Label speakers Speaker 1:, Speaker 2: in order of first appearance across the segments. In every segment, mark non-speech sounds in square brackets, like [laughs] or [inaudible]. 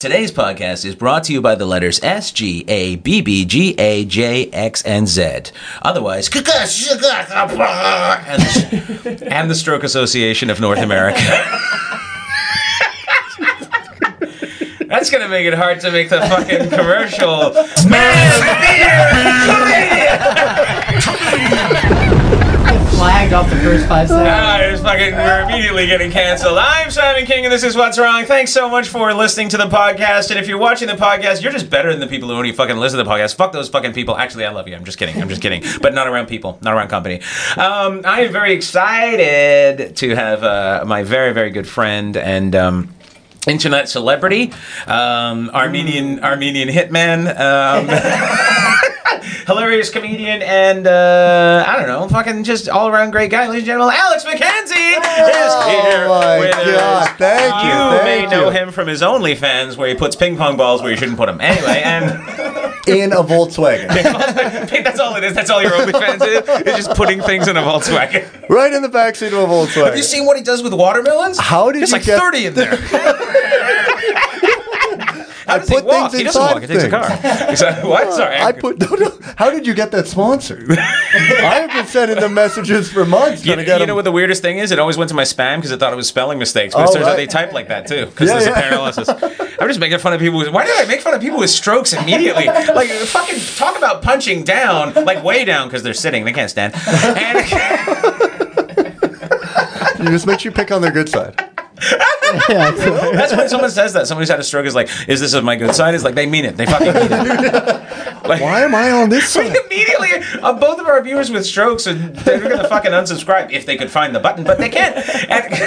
Speaker 1: Today's podcast is brought to you by the letters S, G, A, B, B, G, A, J, X, and Z. Otherwise, [laughs] and the, and the Stroke Association of North America. [laughs] That's gonna make it hard to make the fucking commercial.
Speaker 2: flagged off the first [laughs] five seconds.
Speaker 1: Ah, it's fucking, we're immediately getting canceled. I'm Simon King, and this is What's Wrong. Thanks so much for listening to the podcast. And if you're watching the podcast, you're just better than the people who only fucking listen to the podcast. Fuck those fucking people. Actually, I love you. I'm just kidding. I'm just kidding. But not around people, not around company. Um, I am very excited to have uh, my very, very good friend and. Um, Internet celebrity, um,
Speaker 3: Hmm.
Speaker 1: Armenian Armenian hitman,
Speaker 3: [laughs]
Speaker 1: um, hilarious comedian and uh, I don't know, fucking just all around great guy, ladies and gentlemen. Alex McKenzie is here.
Speaker 3: Oh my
Speaker 1: with
Speaker 3: God,
Speaker 1: us.
Speaker 3: thank you,
Speaker 1: may
Speaker 3: thank
Speaker 1: know
Speaker 3: you.
Speaker 1: him from his OnlyFans, where he puts ping pong balls where you shouldn't put them. Anyway,
Speaker 3: [laughs]
Speaker 1: and [laughs]
Speaker 3: in a Volkswagen.
Speaker 1: that's all it is. That's all your OnlyFans is. It's just putting things in a Volkswagen.
Speaker 3: right in the backseat of a Volkswagen.
Speaker 1: Have you seen what he does with watermelons?
Speaker 3: How did
Speaker 1: There's
Speaker 3: you
Speaker 1: like
Speaker 3: get-
Speaker 1: thirty in there? How
Speaker 3: [laughs] I
Speaker 1: does he
Speaker 3: put
Speaker 1: walk?
Speaker 3: things
Speaker 1: He doesn't walk.
Speaker 3: inside
Speaker 1: He
Speaker 3: Uh,
Speaker 1: takes a car. [laughs] Is that- what? Sorry.
Speaker 3: I put no, no. How did you get that sponsor? I have been sending them messages for months
Speaker 1: You,
Speaker 3: trying to get
Speaker 1: you know
Speaker 3: them.
Speaker 1: what the weirdest thing is? It always went to my spam because it thought it was spelling mistakes. But it
Speaker 3: Oh,
Speaker 1: turns out
Speaker 3: right.
Speaker 1: they type like that too because
Speaker 3: Yeah,
Speaker 1: there's
Speaker 3: yeah.
Speaker 1: a paralysis. I'm just making fun of people. With, why did I make fun of people with strokes
Speaker 3: [laughs]
Speaker 1: immediately? Like fucking talk about punching down, like way down because they're sitting. They can't stand. And
Speaker 3: you just make sure you pick on their good side.
Speaker 2: Yeah, so-
Speaker 1: [laughs] that's when someone says that. Someone who's had a stroke is like, "Is this of my good side?" Is like they mean it. They fucking mean it. Like,
Speaker 3: Why am I on this side?
Speaker 1: immediately uh, both of our viewers with strokes and they're gonna fucking unsubscribe if they could find the button but they can't and [laughs]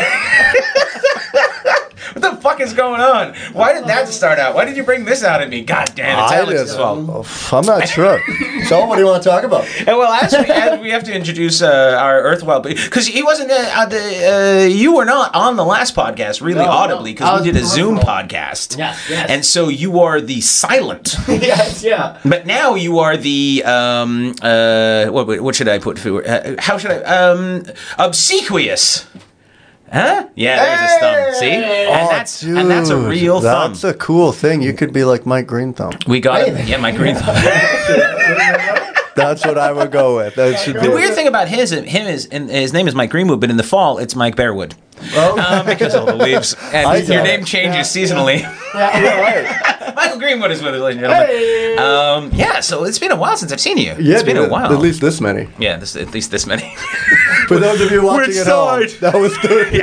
Speaker 1: what the fuck is going on why did that start out why did you bring this out at me god damn [laughs] it's
Speaker 3: I
Speaker 1: alex's
Speaker 3: didn't.
Speaker 1: fault
Speaker 3: Oh, I'm
Speaker 1: [laughs]
Speaker 3: not sure. so, what do you want to talk about?
Speaker 1: and well as we, as we have to introduce uh, our earthwhile because he wasn't uh, uh, the, uh, you were not on the last podcast really
Speaker 2: No, no.
Speaker 1: audibly
Speaker 2: I
Speaker 1: because we
Speaker 2: was
Speaker 1: did a zoom
Speaker 2: peripheral.
Speaker 1: podcast
Speaker 2: Yes, yes.
Speaker 1: and so you are the silent
Speaker 2: yes, yeah.
Speaker 1: But now you are the um uh what what should I put for uh, how should I um obsequious. Huh? Yeah, there's his thumb. See? And
Speaker 3: oh,
Speaker 1: that's and that's a
Speaker 3: dude,
Speaker 1: real thumb.
Speaker 3: That's a cool thing. You could be like Mike Green Thumb.
Speaker 1: we got him. Yeah, my
Speaker 3: [laughs]
Speaker 1: green thumb.
Speaker 3: That's what I would go with.
Speaker 1: [laughs]
Speaker 3: That should be.
Speaker 1: the weird thing about his him is and his name is Mike Greenwood, but in the fall it's Mike Bearwood.
Speaker 3: Oh,
Speaker 1: Um, because all the
Speaker 3: [laughs]
Speaker 1: leaves
Speaker 3: I
Speaker 1: and your
Speaker 3: got
Speaker 1: name
Speaker 3: it.
Speaker 1: changes seasonally. [laughs]
Speaker 3: yeah, right.
Speaker 1: Michael Greenwood is with us, ladies and gentlemen.
Speaker 2: Hey.
Speaker 1: Um, yeah, so it's been a while since I've seen you.
Speaker 3: Yeah,
Speaker 1: it's been
Speaker 3: dude,
Speaker 1: a while.
Speaker 3: At least this many.
Speaker 1: yeah, this, at least this many. [laughs]
Speaker 3: For those of you watching at home,
Speaker 1: inside.
Speaker 3: that
Speaker 1: [laughs]
Speaker 3: was good.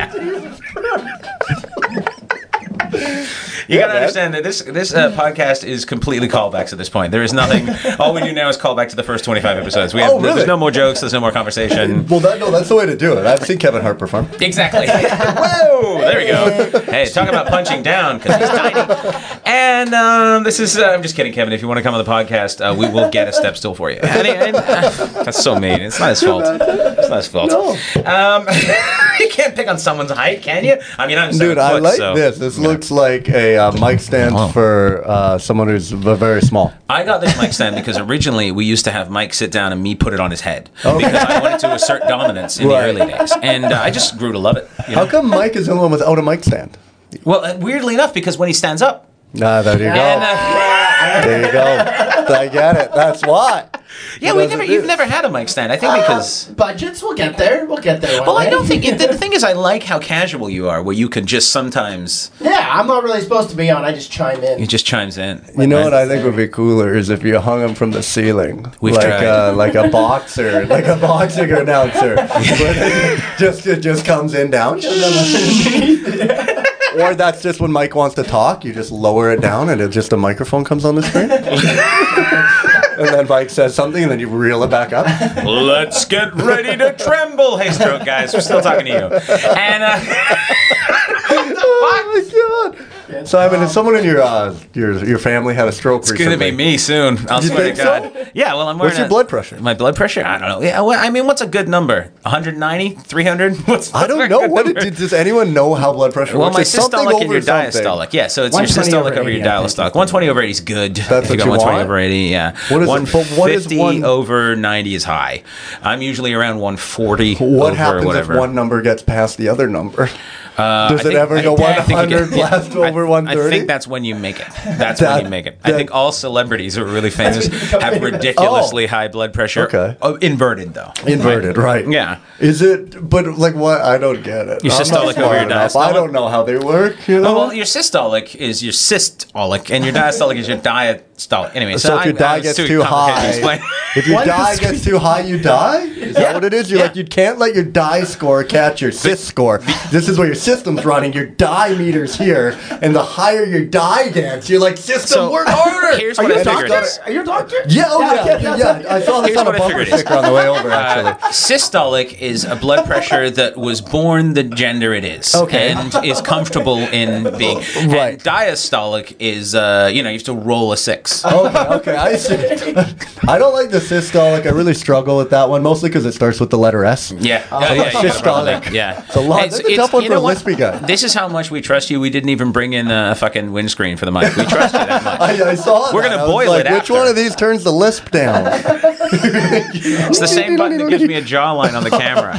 Speaker 1: You gotta
Speaker 3: man.
Speaker 1: understand that this this uh, podcast is completely callbacks at this point. There is
Speaker 3: [laughs]
Speaker 1: nothing. all we do now is call back to the first twenty five episodes. We have
Speaker 3: Oh, really?
Speaker 1: there's no more jokes. There's no more conversation.
Speaker 3: Well, that, no, that's the way to do it. I've seen Kevin Hart perform.
Speaker 1: Exactly. [laughs] Whoa! There we go. Hey, talk about punching down because he's tiny. And um, this is. Uh, I'm just kidding, Kevin. If you want to come on the podcast, uh, we will get a step stool for you. And- and- [laughs] that's so mean. It's not his fault. It's not his fault.
Speaker 3: Oh.
Speaker 1: Um, [laughs] you can't pick on someone's height, can you? I mean, I'm seven
Speaker 3: Dude, I
Speaker 1: foot,
Speaker 3: like
Speaker 1: so-
Speaker 3: this. This looks like a uh, mic stand
Speaker 1: Wow.
Speaker 3: for uh, someone who's v- very small.
Speaker 1: I got this mic stand because originally we used to have Mike sit down and me put it on his head
Speaker 3: Okay.
Speaker 1: because I wanted to assert dominance in
Speaker 3: Oh. Right.
Speaker 1: the early days, and uh, I just grew to love it. you know?
Speaker 3: How come Mike is the only one without a mic stand?
Speaker 1: Well, uh, weirdly enough, because when he stands
Speaker 3: [laughs]
Speaker 1: up,
Speaker 3: Nah, there you
Speaker 1: and,
Speaker 3: go.
Speaker 1: uh,
Speaker 3: There you go. I get it. That's why.
Speaker 1: yeah, we
Speaker 3: doesn't
Speaker 1: never,
Speaker 3: do
Speaker 1: you've
Speaker 3: it.
Speaker 1: never had a mic stand. I think because.
Speaker 2: Budgets, we'll get there. We'll get there. one
Speaker 3: Oh.
Speaker 1: Well, I
Speaker 2: day.
Speaker 1: don't think it,
Speaker 3: [laughs]
Speaker 1: the thing is, I like how casual you are, where you can just sometimes
Speaker 2: Yeah, I'm not really supposed to be on. I just chime in.
Speaker 1: it just chimes in.
Speaker 3: You know what I think would be cooler is if you hung him from the ceiling,
Speaker 1: We've
Speaker 3: like
Speaker 1: tried.
Speaker 3: Uh, like a boxer, [laughs] like a boxing announcer, Where they [laughs] just it just comes in down. [laughs] or that's just when Mike wants to talk, you just lower it down, and it just a microphone comes on
Speaker 1: [laughs]
Speaker 3: the screen. and then Mike says something, and then you reel
Speaker 1: [laughs]
Speaker 3: it back up.
Speaker 1: Let's get ready to tremble, hey stroke guys. We're still talking to you. And uh, [laughs]
Speaker 3: Oh my god! Simon, if someone in your uh, your your family had a
Speaker 1: Um,
Speaker 3: stroke
Speaker 1: It's
Speaker 3: recently,
Speaker 1: gonna be me soon. I'll
Speaker 3: You
Speaker 1: swear to
Speaker 3: think
Speaker 1: God.
Speaker 3: so?
Speaker 1: Yeah, well, I'm wearing.
Speaker 3: What's your
Speaker 1: a-
Speaker 3: blood pressure?
Speaker 1: My blood pressure? I don't know. Yeah, well, I mean, what's a good number? 190, 300? [laughs] What's
Speaker 3: I don't
Speaker 1: what's a
Speaker 3: know.
Speaker 1: good
Speaker 3: What
Speaker 1: number?
Speaker 3: did, does anyone know how blood pressure
Speaker 1: Well,
Speaker 3: works?
Speaker 1: my
Speaker 3: It's something
Speaker 1: systolic and
Speaker 3: over
Speaker 1: your
Speaker 3: something.
Speaker 1: diastolic. Yeah, so it's your
Speaker 2: 120
Speaker 1: systolic
Speaker 2: over
Speaker 1: over your
Speaker 2: 80, I think.
Speaker 1: diastolic. 120 over 80 is good. if
Speaker 3: That's
Speaker 1: you
Speaker 3: what
Speaker 1: got
Speaker 3: you
Speaker 1: 120
Speaker 3: want?
Speaker 1: over 80, yeah.
Speaker 3: What is- but what is
Speaker 1: 150
Speaker 3: one-
Speaker 1: over 90 is high. I'm usually around 140
Speaker 3: What
Speaker 1: over
Speaker 3: happens
Speaker 1: whatever. [laughs]
Speaker 3: if one number gets past the other number?
Speaker 1: Uh,
Speaker 3: Does
Speaker 1: I
Speaker 3: it ever go
Speaker 1: I think you
Speaker 3: 100 blast
Speaker 1: I-
Speaker 3: over
Speaker 1: I
Speaker 3: 130?
Speaker 1: think that's when you make it.
Speaker 3: [laughs]
Speaker 1: That's when
Speaker 3: That-
Speaker 1: you make it. I
Speaker 3: that-
Speaker 1: think all celebrities who are
Speaker 3: [laughs]
Speaker 1: really famous have ridiculously high blood pressure.
Speaker 3: Oh. Okay.
Speaker 1: Oh, inverted though.
Speaker 3: Inverted, right?
Speaker 1: Yeah.
Speaker 3: Is it? But like, what? I don't get it.
Speaker 1: Your
Speaker 3: I'm not
Speaker 1: systolic over
Speaker 3: smart
Speaker 1: your
Speaker 3: enough.
Speaker 1: diastolic?
Speaker 3: I don't know how they work. You know.
Speaker 1: Oh, well, your systolic is your systolic, and your diastolic is your diastolic. Anyway, so,
Speaker 3: so if your
Speaker 1: I- I
Speaker 3: die
Speaker 1: was
Speaker 3: gets
Speaker 1: too
Speaker 3: too
Speaker 1: complicated to
Speaker 3: high,
Speaker 1: explain.
Speaker 3: if your
Speaker 2: Why
Speaker 3: die
Speaker 2: does-
Speaker 3: gets too high, you die. Is that what it is? You're like you can't let your die score catch your sys score. This is where your system's running. Your die meter's here, and the higher your die gets, you're like system
Speaker 1: So-
Speaker 3: work
Speaker 1: [laughs]
Speaker 3: harder.
Speaker 1: Here's
Speaker 2: Are
Speaker 1: what
Speaker 2: you
Speaker 1: I
Speaker 2: a
Speaker 1: figured.
Speaker 2: doctor?
Speaker 1: it is.
Speaker 2: Are you a doctor? [laughs]
Speaker 3: Yeah, oh yeah,
Speaker 2: yeah,
Speaker 3: yeah.
Speaker 2: yeah.
Speaker 3: I saw this
Speaker 1: Here's
Speaker 3: on a
Speaker 1: what I
Speaker 3: bumper
Speaker 1: figured it is. Uh,
Speaker 3: sticker on the way over. [laughs] Actually,
Speaker 1: Systolic is a blood pressure that was born the gender it is,
Speaker 3: Okay.
Speaker 1: and is comfortable in
Speaker 3: [laughs]
Speaker 1: being.
Speaker 3: Right.
Speaker 1: And diastolic is, uh, you know, you have to roll a
Speaker 3: [laughs]
Speaker 1: six.
Speaker 3: okay, okay, I see. I don't like the systolic. I really struggle with that one, mostly because it starts with the letter S.
Speaker 1: Yeah, yeah, yeah, you got a problem
Speaker 3: Oh, systolic.
Speaker 1: there. Yeah,
Speaker 3: It's a lot. That's a tough one
Speaker 1: you
Speaker 3: for
Speaker 1: know
Speaker 3: a
Speaker 1: what?
Speaker 3: wispy guy.
Speaker 1: This is how much we trust you. We didn't even bring in a fucking windscreen for the mic. We trust you
Speaker 3: [laughs]
Speaker 1: that much.
Speaker 3: I, I saw.
Speaker 1: We're
Speaker 3: that.
Speaker 1: gonna
Speaker 3: I was
Speaker 1: boil
Speaker 3: like,
Speaker 1: it
Speaker 3: Which
Speaker 1: after.
Speaker 3: one of these turns the
Speaker 1: [laughs]
Speaker 3: lisp down?
Speaker 1: It's the same button that gives me a
Speaker 3: [laughs]
Speaker 1: jawline on the camera.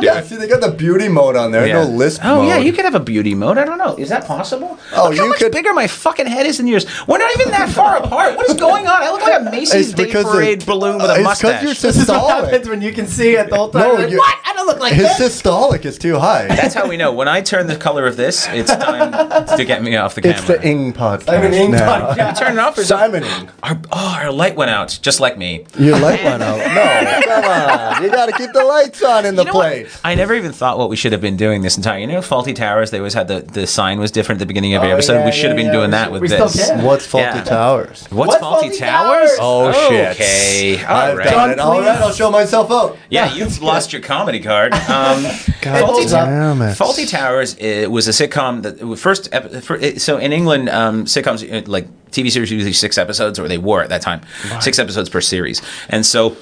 Speaker 3: yeah, see, they got the beauty mode on there.
Speaker 1: Yeah.
Speaker 3: No lisp.
Speaker 1: Oh yeah,
Speaker 3: mode.
Speaker 1: you could have a beauty mode. I don't know. Is that possible?
Speaker 3: Oh,
Speaker 1: Look how
Speaker 3: you
Speaker 1: much
Speaker 3: could-
Speaker 1: bigger my fucking head is than yours. We're not even that far apart. What is going on? I look like a Macy's
Speaker 3: It's
Speaker 1: Day
Speaker 3: because
Speaker 1: Parade
Speaker 3: it-
Speaker 1: balloon with a
Speaker 3: it's 'cause
Speaker 1: mustache. [laughs]
Speaker 3: you're
Speaker 2: This is what happens
Speaker 3: systolic.
Speaker 2: when you can see it the whole time.
Speaker 3: No,
Speaker 2: Like,
Speaker 3: you-
Speaker 2: what? I don't look like
Speaker 3: His
Speaker 2: this.
Speaker 3: systolic is too high.
Speaker 1: That's how we know. When I turn the color of this, it's time to get me off the camera.
Speaker 3: It's the Ing podcast.
Speaker 2: I'm an ink
Speaker 3: now.
Speaker 2: podcast.
Speaker 1: Turn it off. Or
Speaker 3: Simon Ing.
Speaker 1: Our, oh, our light went out, just like me.
Speaker 3: Your light
Speaker 1: [laughs]
Speaker 3: went out. No, come on. You gotta keep the lights on in the
Speaker 1: You know what?
Speaker 3: place.
Speaker 1: I never even thought what we should have been doing this entire. You know, Faulty Towers. They always had the, the sign was different at the beginning of every
Speaker 2: Oh,
Speaker 1: episode.
Speaker 2: yeah,
Speaker 1: we should have
Speaker 2: yeah,
Speaker 1: been
Speaker 2: yeah.
Speaker 1: doing
Speaker 2: We
Speaker 1: that
Speaker 2: should-
Speaker 1: with
Speaker 2: we
Speaker 1: this.
Speaker 2: still can.
Speaker 3: What's faulty
Speaker 1: Yeah.
Speaker 3: towers?
Speaker 1: What's,
Speaker 2: What's
Speaker 1: Faulty,
Speaker 2: Faulty
Speaker 1: Towers?
Speaker 2: Towers?
Speaker 3: Oh, shit.
Speaker 1: Okay. All
Speaker 3: I've
Speaker 1: right.
Speaker 3: done it. All right, I'll show myself out.
Speaker 1: Yeah, you've lost your comedy card. Um,
Speaker 3: God
Speaker 1: Faulty,
Speaker 3: damn it.
Speaker 1: Faulty Towers uh, was a sitcom that was first. Ep- fir- it- so in England, um, sitcoms uh, like TV series usually six episodes, or they were at that time, six episodes per series, and so.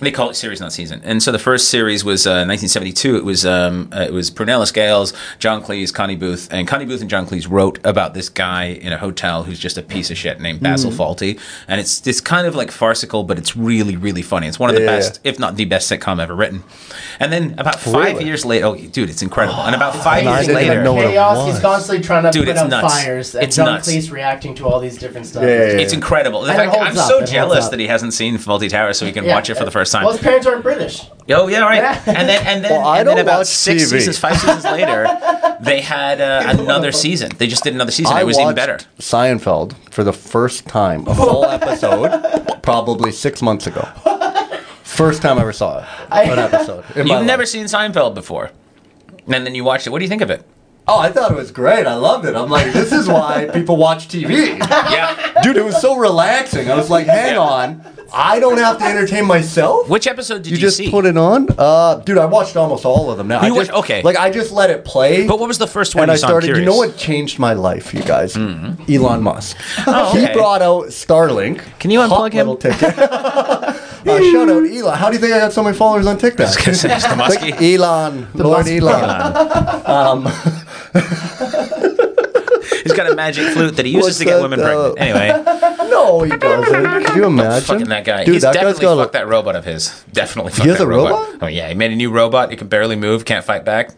Speaker 1: They call it series, not season. And so the first series was uh, 1972. It was um, uh, it was Prunella Scales, John Cleese, Connie Booth, and Connie Booth and John Cleese wrote about this guy in a hotel who's just a piece of shit named Basil Fawlty. And it's it's kind of like farcical, but it's really really funny. It's one of the
Speaker 3: Yeah.
Speaker 1: best, if not the best sitcom ever written. And then about five
Speaker 3: Really?
Speaker 1: years later, oh dude, it's incredible. And about five
Speaker 3: And I
Speaker 1: years
Speaker 3: didn't even
Speaker 1: later,
Speaker 3: know what it
Speaker 2: chaos.
Speaker 3: was.
Speaker 2: He's constantly trying to
Speaker 1: Dude,
Speaker 2: put
Speaker 1: it's
Speaker 2: out
Speaker 1: nuts.
Speaker 2: fires. And
Speaker 1: It's
Speaker 2: John
Speaker 1: nuts.
Speaker 2: Cleese reacting to all these different stuff.
Speaker 3: Yeah, yeah, yeah.
Speaker 1: it's incredible. In
Speaker 2: And it
Speaker 1: fact,
Speaker 2: holds
Speaker 1: I'm
Speaker 2: up, it
Speaker 1: so
Speaker 2: holds
Speaker 1: jealous
Speaker 2: up.
Speaker 1: that he hasn't seen Faulty Towers, so he can
Speaker 2: Yeah.
Speaker 1: watch it for the first time.
Speaker 2: Well, his parents aren't British.
Speaker 1: Oh yeah, right.
Speaker 2: Yeah.
Speaker 1: And then and then,
Speaker 3: Well, I
Speaker 1: and then
Speaker 3: don't
Speaker 1: about
Speaker 3: watch
Speaker 1: six
Speaker 3: TV.
Speaker 1: seasons, five seasons
Speaker 3: [laughs]
Speaker 1: later, they had uh, another season. They just did another season.
Speaker 3: I
Speaker 1: it was
Speaker 3: watched
Speaker 1: even better.
Speaker 3: Seinfeld for the first time,
Speaker 1: [laughs]
Speaker 3: a full episode, probably six months ago. First time I ever saw it, an episode.
Speaker 1: [laughs]
Speaker 3: in my
Speaker 1: You've
Speaker 3: life.
Speaker 1: never seen Seinfeld before, and then you watched it. What do you think of it?
Speaker 3: Oh, I thought it was great. I loved it. I'm like, this is
Speaker 1: [laughs]
Speaker 3: why people watch TV.
Speaker 1: Yeah.
Speaker 3: Dude, it was so relaxing. I was like, hang
Speaker 1: Yeah.
Speaker 3: on, I don't have to entertain myself.
Speaker 1: Which episode did you,
Speaker 3: You just
Speaker 1: see?
Speaker 3: put it on, uh, dude. I watched almost all of them now.
Speaker 1: You
Speaker 3: I
Speaker 1: watch-
Speaker 3: just,
Speaker 1: okay.
Speaker 3: Like I just let it play.
Speaker 1: but what was the first one
Speaker 3: and
Speaker 1: you
Speaker 3: I
Speaker 1: saw?
Speaker 3: started.
Speaker 1: I'm
Speaker 3: You
Speaker 1: curious. Mm-hmm.
Speaker 3: know what changed my life, you guys? Elon Musk.
Speaker 1: Oh, okay.
Speaker 3: [laughs] He brought out Starlink.
Speaker 1: Can you
Speaker 3: Hot
Speaker 1: unplug him? [laughs]
Speaker 3: little ticket. uh, shout out Elon. How do you think I got so many followers on
Speaker 1: [laughs]
Speaker 3: TikTok?
Speaker 1: Mr. Muskie.
Speaker 3: Like Elon, Lord
Speaker 2: Musk
Speaker 3: Elon.
Speaker 1: He's got a magic flute that he uses
Speaker 3: What's
Speaker 1: to get
Speaker 3: that,
Speaker 1: women
Speaker 3: uh,
Speaker 1: pregnant. Anyway,
Speaker 3: No, he doesn't. Can you imagine?
Speaker 1: fucking that guy.
Speaker 3: Dude,
Speaker 1: He's
Speaker 3: that guy's
Speaker 1: definitely
Speaker 3: got.
Speaker 1: fucked
Speaker 3: a-
Speaker 1: that robot of his. Definitely fucked
Speaker 3: has
Speaker 1: that
Speaker 3: a
Speaker 1: robot.
Speaker 3: robot?
Speaker 1: Oh yeah, he made a new robot. It can barely move, can't fight
Speaker 3: [laughs]
Speaker 1: back.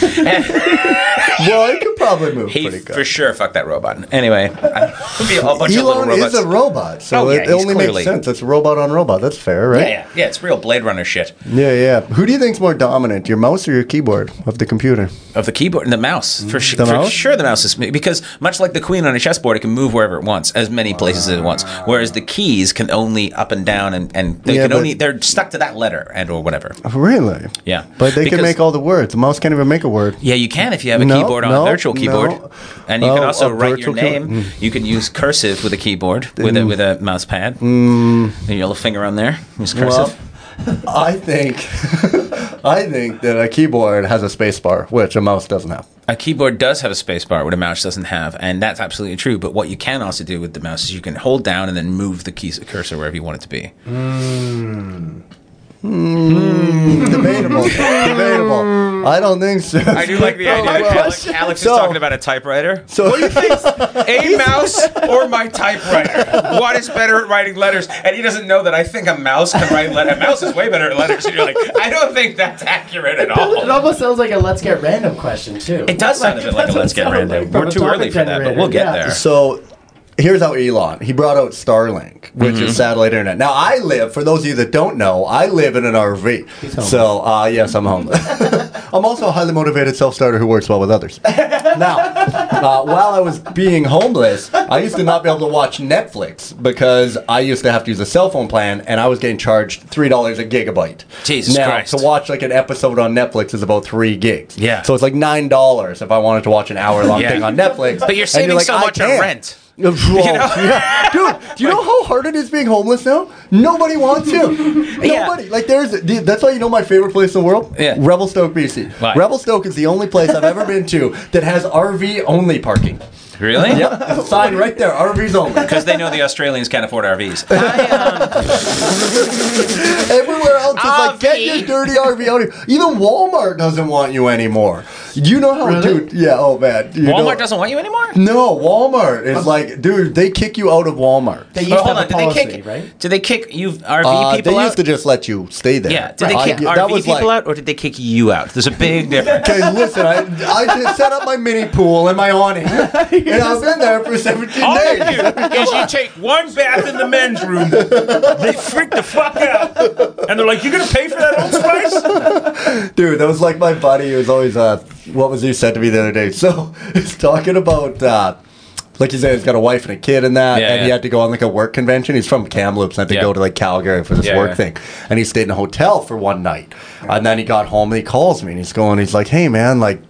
Speaker 3: Well, he could probably move
Speaker 1: He
Speaker 3: pretty good.
Speaker 1: for sure fucked that robot. Anyway, it'd be a whole bunch of little
Speaker 3: Elon
Speaker 1: robots.
Speaker 3: is a robot, so
Speaker 1: Oh, yeah,
Speaker 3: it
Speaker 1: he's
Speaker 3: only
Speaker 1: clearly-
Speaker 3: makes sense. It's robot on robot. That's fair, right?
Speaker 1: Yeah, yeah, yeah. It's real Blade Runner shit.
Speaker 3: Yeah, yeah. Who do you think's more dominant, your mouse or your keyboard of the computer?
Speaker 1: Of the keyboard and the mouse, for, su-
Speaker 3: Mm. The
Speaker 1: for
Speaker 3: mouse?
Speaker 1: sure, the mouse is because much like the queen on a chessboard, it can move wherever it wants, as many places as it wants. Whereas the keys can only up and down, and, and they
Speaker 3: Yeah,
Speaker 1: can
Speaker 3: but-
Speaker 1: only they're stuck to that letter and or whatever.
Speaker 3: Really?
Speaker 1: Yeah,
Speaker 3: But they
Speaker 1: Because-
Speaker 3: can make all the words. The mouse can't even make a word.
Speaker 1: Yeah, you can if you have a
Speaker 3: No,
Speaker 1: keyboard on
Speaker 3: no,
Speaker 1: a virtual keyboard,
Speaker 3: no.
Speaker 1: and you can
Speaker 3: Oh,
Speaker 1: also
Speaker 3: a
Speaker 1: write your
Speaker 3: virtual key- Hmm. Mm.
Speaker 1: name. You can use cursive with a keyboard with a with a mouse pad. And your little finger on there is cursive.
Speaker 3: Hmm. Well, I think [laughs] I think that a keyboard has a space bar, which a mouse doesn't have.
Speaker 1: A keyboard does have a space bar, what a mouse doesn't have, and that's absolutely true. But what you can also do with the mouse is you can hold down and then move the keys cursor wherever you want it to be.
Speaker 3: Debatable. Debatable. I don't think so.
Speaker 1: I do like the idea that Alex, Alex is
Speaker 3: So-
Speaker 1: talking about a typewriter.
Speaker 3: So [laughs] what do you think?
Speaker 1: A mouse or my typewriter? What is better at writing letters? And he doesn't know that I think a mouse can write letters. A mouse is way better at letters. And you're like, I don't think that's accurate at
Speaker 2: It
Speaker 1: all.
Speaker 2: almost sounds like a let's get random question too.
Speaker 1: It does sound a bit like a let's get random. We're too early for that, but we'll get there.
Speaker 3: So here's how Elon he brought out Starlink, which
Speaker 1: Mm-hmm.
Speaker 3: is satellite internet. Now I live, for those of you that don't know, I live in an RV. So uh, yes, I'm homeless. [laughs] I'm also a highly motivated self-starter who works well with others. now, uh, while I was being homeless, I used to not be able to watch Netflix because I used to have to use a cell phone plan, and I was getting charged three dollars a gigabyte.
Speaker 1: Jesus
Speaker 3: now,
Speaker 1: Christ.
Speaker 3: To watch like an episode on Netflix is about three gigs.
Speaker 1: Yeah.
Speaker 3: So it's like nine dollars if I wanted to watch an hour-long
Speaker 1: Yeah.
Speaker 3: thing on Netflix.
Speaker 1: But you're
Speaker 3: And
Speaker 1: saving
Speaker 3: like,
Speaker 1: so
Speaker 3: "I
Speaker 1: much on
Speaker 3: can't."
Speaker 1: rent.
Speaker 3: [laughs] Well,
Speaker 1: [laughs]
Speaker 3: yeah. Dude, do you know how hard it is being homeless now? Nobody wants you. Nobody.
Speaker 1: [laughs] Yeah.
Speaker 3: Like there's dude, that's why you know my favorite place in the world?
Speaker 1: Yeah.
Speaker 3: Revelstoke, BC.
Speaker 1: Why?
Speaker 3: Revelstoke is the only place I've ever been to that has RV only parking.
Speaker 1: Really?
Speaker 3: Yep. There's a sign right there,
Speaker 1: [laughs]
Speaker 3: RVs only.
Speaker 1: Because they know the Australians can't afford
Speaker 3: [laughs]
Speaker 1: RVs.
Speaker 3: Everywhere else is like get
Speaker 1: RV.
Speaker 3: your dirty RV out here. Even Walmart doesn't want you anymore. You know how dude yeah, oh man. You know-
Speaker 1: Walmart doesn't want you anymore?
Speaker 3: No, Walmart is like, dude, they kick you out of Walmart.
Speaker 2: They used
Speaker 1: But
Speaker 2: to
Speaker 1: hold
Speaker 2: have
Speaker 1: on,
Speaker 2: a
Speaker 1: did they
Speaker 2: policy,
Speaker 1: kick?
Speaker 2: right?
Speaker 1: Did they kick you RV
Speaker 3: Uh,
Speaker 1: people
Speaker 3: they
Speaker 1: out?
Speaker 3: used to just let you stay there.
Speaker 1: yeah. Did they
Speaker 3: I
Speaker 1: kick
Speaker 3: get-
Speaker 1: RV
Speaker 3: that
Speaker 1: people
Speaker 3: was like,
Speaker 1: out, or did they kick you out? There's a
Speaker 3: [laughs]
Speaker 1: big difference.
Speaker 3: Okay, listen, I, I just set up my mini pool and
Speaker 1: [laughs]
Speaker 3: my awning. and I've been there for 17
Speaker 1: All
Speaker 3: days.
Speaker 1: you do is you take one bath in the men's room. They freak the fuck out, and they're like, "You're gonna pay for that Old Spice?"
Speaker 3: Dude, that was like my buddy who was always, uh, what was he said to me the other day? [laughs] So he's talking about, uh, like he said, he's got a wife and a kid and that,
Speaker 1: Yeah,
Speaker 3: and he
Speaker 1: yeah.
Speaker 3: had to go on like a work convention. He's from Kamloops and had to
Speaker 1: Yeah.
Speaker 3: go to like Calgary for this
Speaker 1: Yeah,
Speaker 3: work
Speaker 1: yeah.
Speaker 3: thing. And he stayed in a hotel for one night. And then he got home and he calls me and he's going, he's like, hey man, like,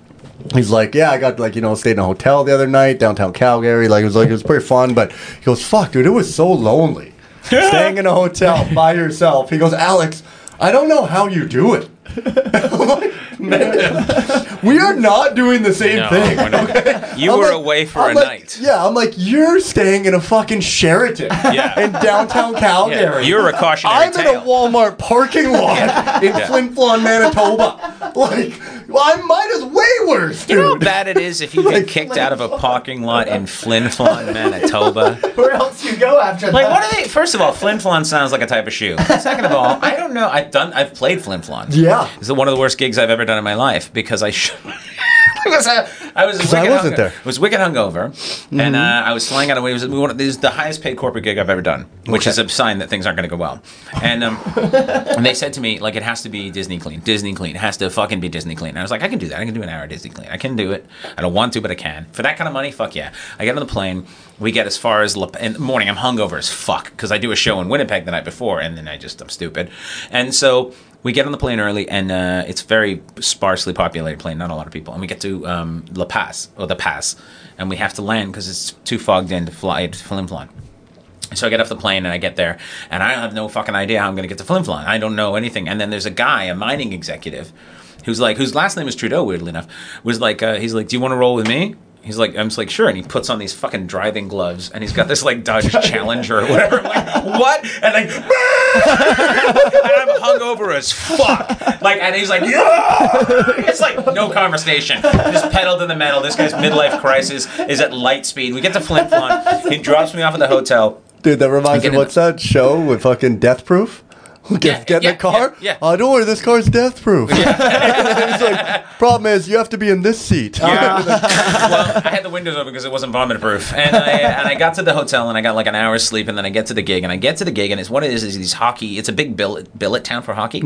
Speaker 3: He's like, yeah, I got like you know stayed in a hotel the other night downtown Calgary. Like it was like it was pretty fun, but he goes, fuck, dude, it was so lonely staying in a hotel by yourself. He goes, Alex, I don't know how you do it. I'm like, "Man, we are not doing the same thing.
Speaker 1: You
Speaker 3: I'm
Speaker 1: were
Speaker 3: like-
Speaker 1: away for
Speaker 3: I'm
Speaker 1: a
Speaker 3: like-
Speaker 1: night.
Speaker 3: Yeah, I'm like, you're staying in a
Speaker 1: [laughs]
Speaker 3: fucking Sheraton in downtown Calgary.
Speaker 1: Yeah, You're a cautionary
Speaker 3: [laughs] I'm in
Speaker 1: tale.
Speaker 3: a
Speaker 1: [laughs]
Speaker 3: Walmart parking lot in Flin Flon, Manitoba. Like, well, I might as way worse,
Speaker 1: you know how
Speaker 3: dude.
Speaker 1: bad it is if you get kicked out of a parking lot in Flin Flon, Manitoba.
Speaker 2: Where else you go after
Speaker 1: Like,
Speaker 2: that?
Speaker 1: what are they? First of all, Flin Flon sounds like a type of shoe. Second of all, I don't know. I've done. I've played Flin Flon.
Speaker 3: Yeah.
Speaker 1: It's one of the worst gigs I've ever done in my life because I. Sh- [laughs] I was, uh, I was
Speaker 3: I
Speaker 1: wicked hungo-
Speaker 3: wasn't there.
Speaker 1: was wicked hungover, and uh, I was flying out of. It was, we wanted, this is the highest paid corporate gig I've ever done, which is a sign that things aren't going to go well. And um, and they said to me like, it has to be Disney clean, Disney clean, it has to fucking be Disney clean. And I was like, I can do that. I can do an hour of Disney clean. I can do it. I don't want to, but I can. For that kind of money, fuck yeah. I get on the plane. We get as far as La- in the morning. I'm hungover as fuck because I do a show in Winnipeg the night before, and then I just I'm stupid, and so we get on the plane early, and uh, it's very sparsely populated plane, not a lot of people. And we get to um, La Paz or the Paz, and we have to land because it's too fogged in to fly to Flin Flon. So I get off the plane and I get there, and I have no fucking idea how I'm going to get to Flin Flon. I don't know anything. And then there's a guy, a mining executive, who's like, whose last name is Trudeau, weirdly enough, was like, uh, he's like, do you want to roll with me? He's like, I'm just like, sure. And he puts on these fucking driving gloves, and he's got this like Dodge Challenger or whatever. I'm like, what? And like, [laughs] and I'm hungover as fuck. Like, and he's like, yeah. It's like no conversation. Just pedal to the metal. This guy's midlife crisis is at light speed. We get to Flint Flon. He drops me off at the hotel.
Speaker 3: Dude, that reminds
Speaker 1: Get
Speaker 3: me of
Speaker 1: in
Speaker 3: what's that show with fucking Death Proof? [laughs] Get,
Speaker 1: Yeah,
Speaker 3: get in
Speaker 1: yeah,
Speaker 3: the car?
Speaker 1: yeah, yeah.
Speaker 3: Oh, don't worry, this car's death proof. [laughs] it's like, problem is, you have to be in this
Speaker 1: [laughs]
Speaker 3: seat.
Speaker 1: well, I had the windows open because it wasn't vomit proof. And I, uh, and I got to the hotel and I got like an hour's sleep and then I get to the gig and I get to the gig and it's what it is is these hockey. It's a big billet billet town for hockey.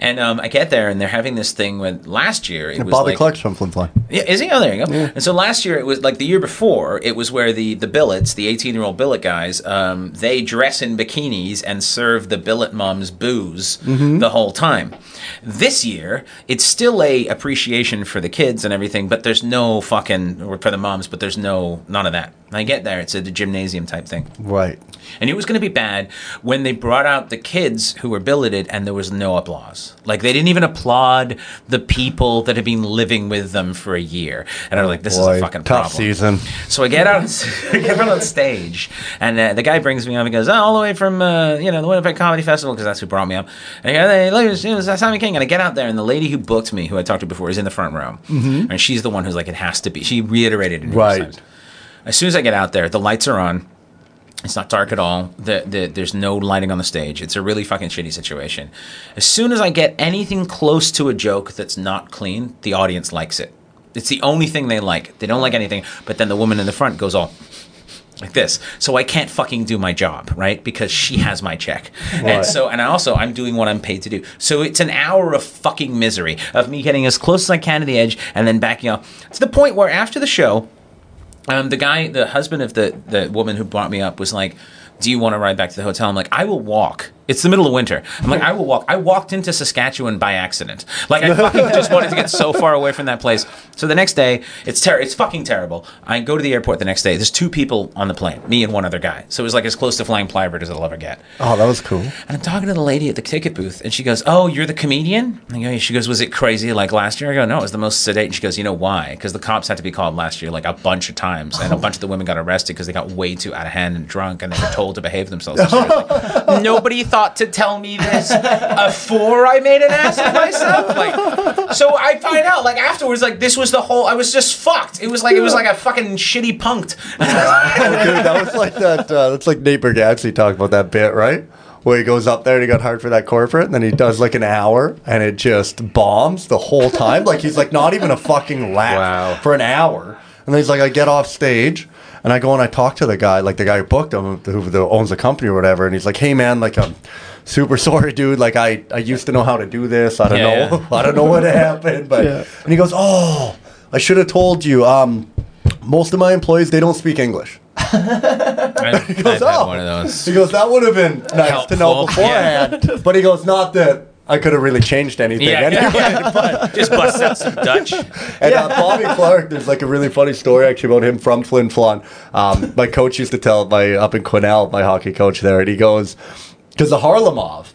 Speaker 1: And um, I get there and they're having this thing with last year. It was
Speaker 3: Bobby
Speaker 1: like,
Speaker 3: Clark's from Flin Fly.
Speaker 1: Yeah, is he? Oh, there you go. And so last year it was like the year before it was where the the billets, the eighteen year old billet guys, um, they dress in bikinis and serve the billet moms booze the whole time. This year it's still a appreciation for the kids and everything, but there's no fucking or for the moms, but there's no none of that. I get there. It's a gymnasium type thing.
Speaker 3: Right.
Speaker 1: And it was going to be bad when they brought out the kids who were billeted and there was no applause. Like they didn't even applaud the people that had been living with them for a year. And I'm like, this is
Speaker 3: Boy,
Speaker 1: a fucking
Speaker 3: tough
Speaker 1: problem.
Speaker 3: season.
Speaker 1: So I get out, [laughs] I get out on stage, and uh, the guy brings me up. He goes, oh, all the way from uh, you know the Winnipeg Comedy Festival because that's who brought me up. And he goes, hey, ladies, you know, it's Simon King. And I get out there, and the lady who booked me, who I talked to before, is in the front row, and she's the one who's like, it has to be. She reiterated it. numerous
Speaker 3: Mm-hmm. Right.
Speaker 1: times. As soon as I get out there, the lights are on. It's not dark at all. The, the, there's no lighting on the stage. It's a really fucking shitty situation. As soon as I get anything close to a joke that's not clean, the audience likes it. It's the only thing they like. They don't like anything. But then the woman in the front goes all like this. So I can't fucking do my job, right? Because she has my check. And
Speaker 3: Right.
Speaker 1: so, and I also, I'm doing what I'm paid to do. So it's an hour of fucking misery of me getting as close as I can to the edge and then backing off to the point where after the show, um, the guy, the husband of the, the woman who brought me up was like, do you want to ride back to the hotel? I'm like, I will walk. It's the middle of winter. I'm like, I will walk. I walked into Saskatchewan by accident. Like, I fucking just wanted to get so far away from that place. So the next day, it's ter- it's fucking terrible. I go to the airport the next day. There's two people on the plane, me and one other guy. So it was like as close to flying plybird as I'll ever get.
Speaker 3: Oh, that was cool.
Speaker 1: And I'm talking to the lady at the ticket booth, and she goes, "Oh, you're the comedian." And I go, she goes, "Was it crazy like last year?" I go, "No, it was the most sedate." And she goes, "You know why? Because the cops had to be called last year like a bunch of times, and a bunch of the women got arrested because they got way too out of hand and drunk, and they were told to behave themselves." And she was like, Nobody thought to tell me this before I made an ass of myself. Like, so I find out like afterwards, like this was the whole. I was just fucked. It was like it was like a fucking shitty punked.
Speaker 3: Dude, that was like that. Uh, that's like Nate Bargatze talked about that bit, right? Where he goes up there and he got hired for that corporate, and then he does like an hour, and it just bombs the whole time. like he's like not even a fucking laugh
Speaker 1: Wow.
Speaker 3: for an hour, and then he's like, I get off stage. And I go and I talk to the guy, like the guy who booked him, who the, owns the company or whatever, and he's like, "Hey man, like I'm super sorry, dude. Like I, I used to know how to do this. I don't
Speaker 1: Yeah,
Speaker 3: know, [laughs] I don't know what happened." But
Speaker 2: Yeah.
Speaker 3: and he goes, "Oh, I should have told you. Um, most of my employees they don't speak English."
Speaker 1: I, I've had
Speaker 3: "Oh."
Speaker 1: one of those.
Speaker 3: He goes, that would have been nice
Speaker 1: Helpful,
Speaker 3: to know beforehand. But he goes, not that I could have really changed anything.
Speaker 1: Yeah,
Speaker 3: anyway.
Speaker 1: yeah, yeah. Just bust out some Dutch.
Speaker 3: [laughs] And uh, Bobby Clark, there's like a really funny story actually about him from Flin Flon. Um, my coach used to tell my up in Quinnell, my hockey coach there, and he goes, because the Harlemov,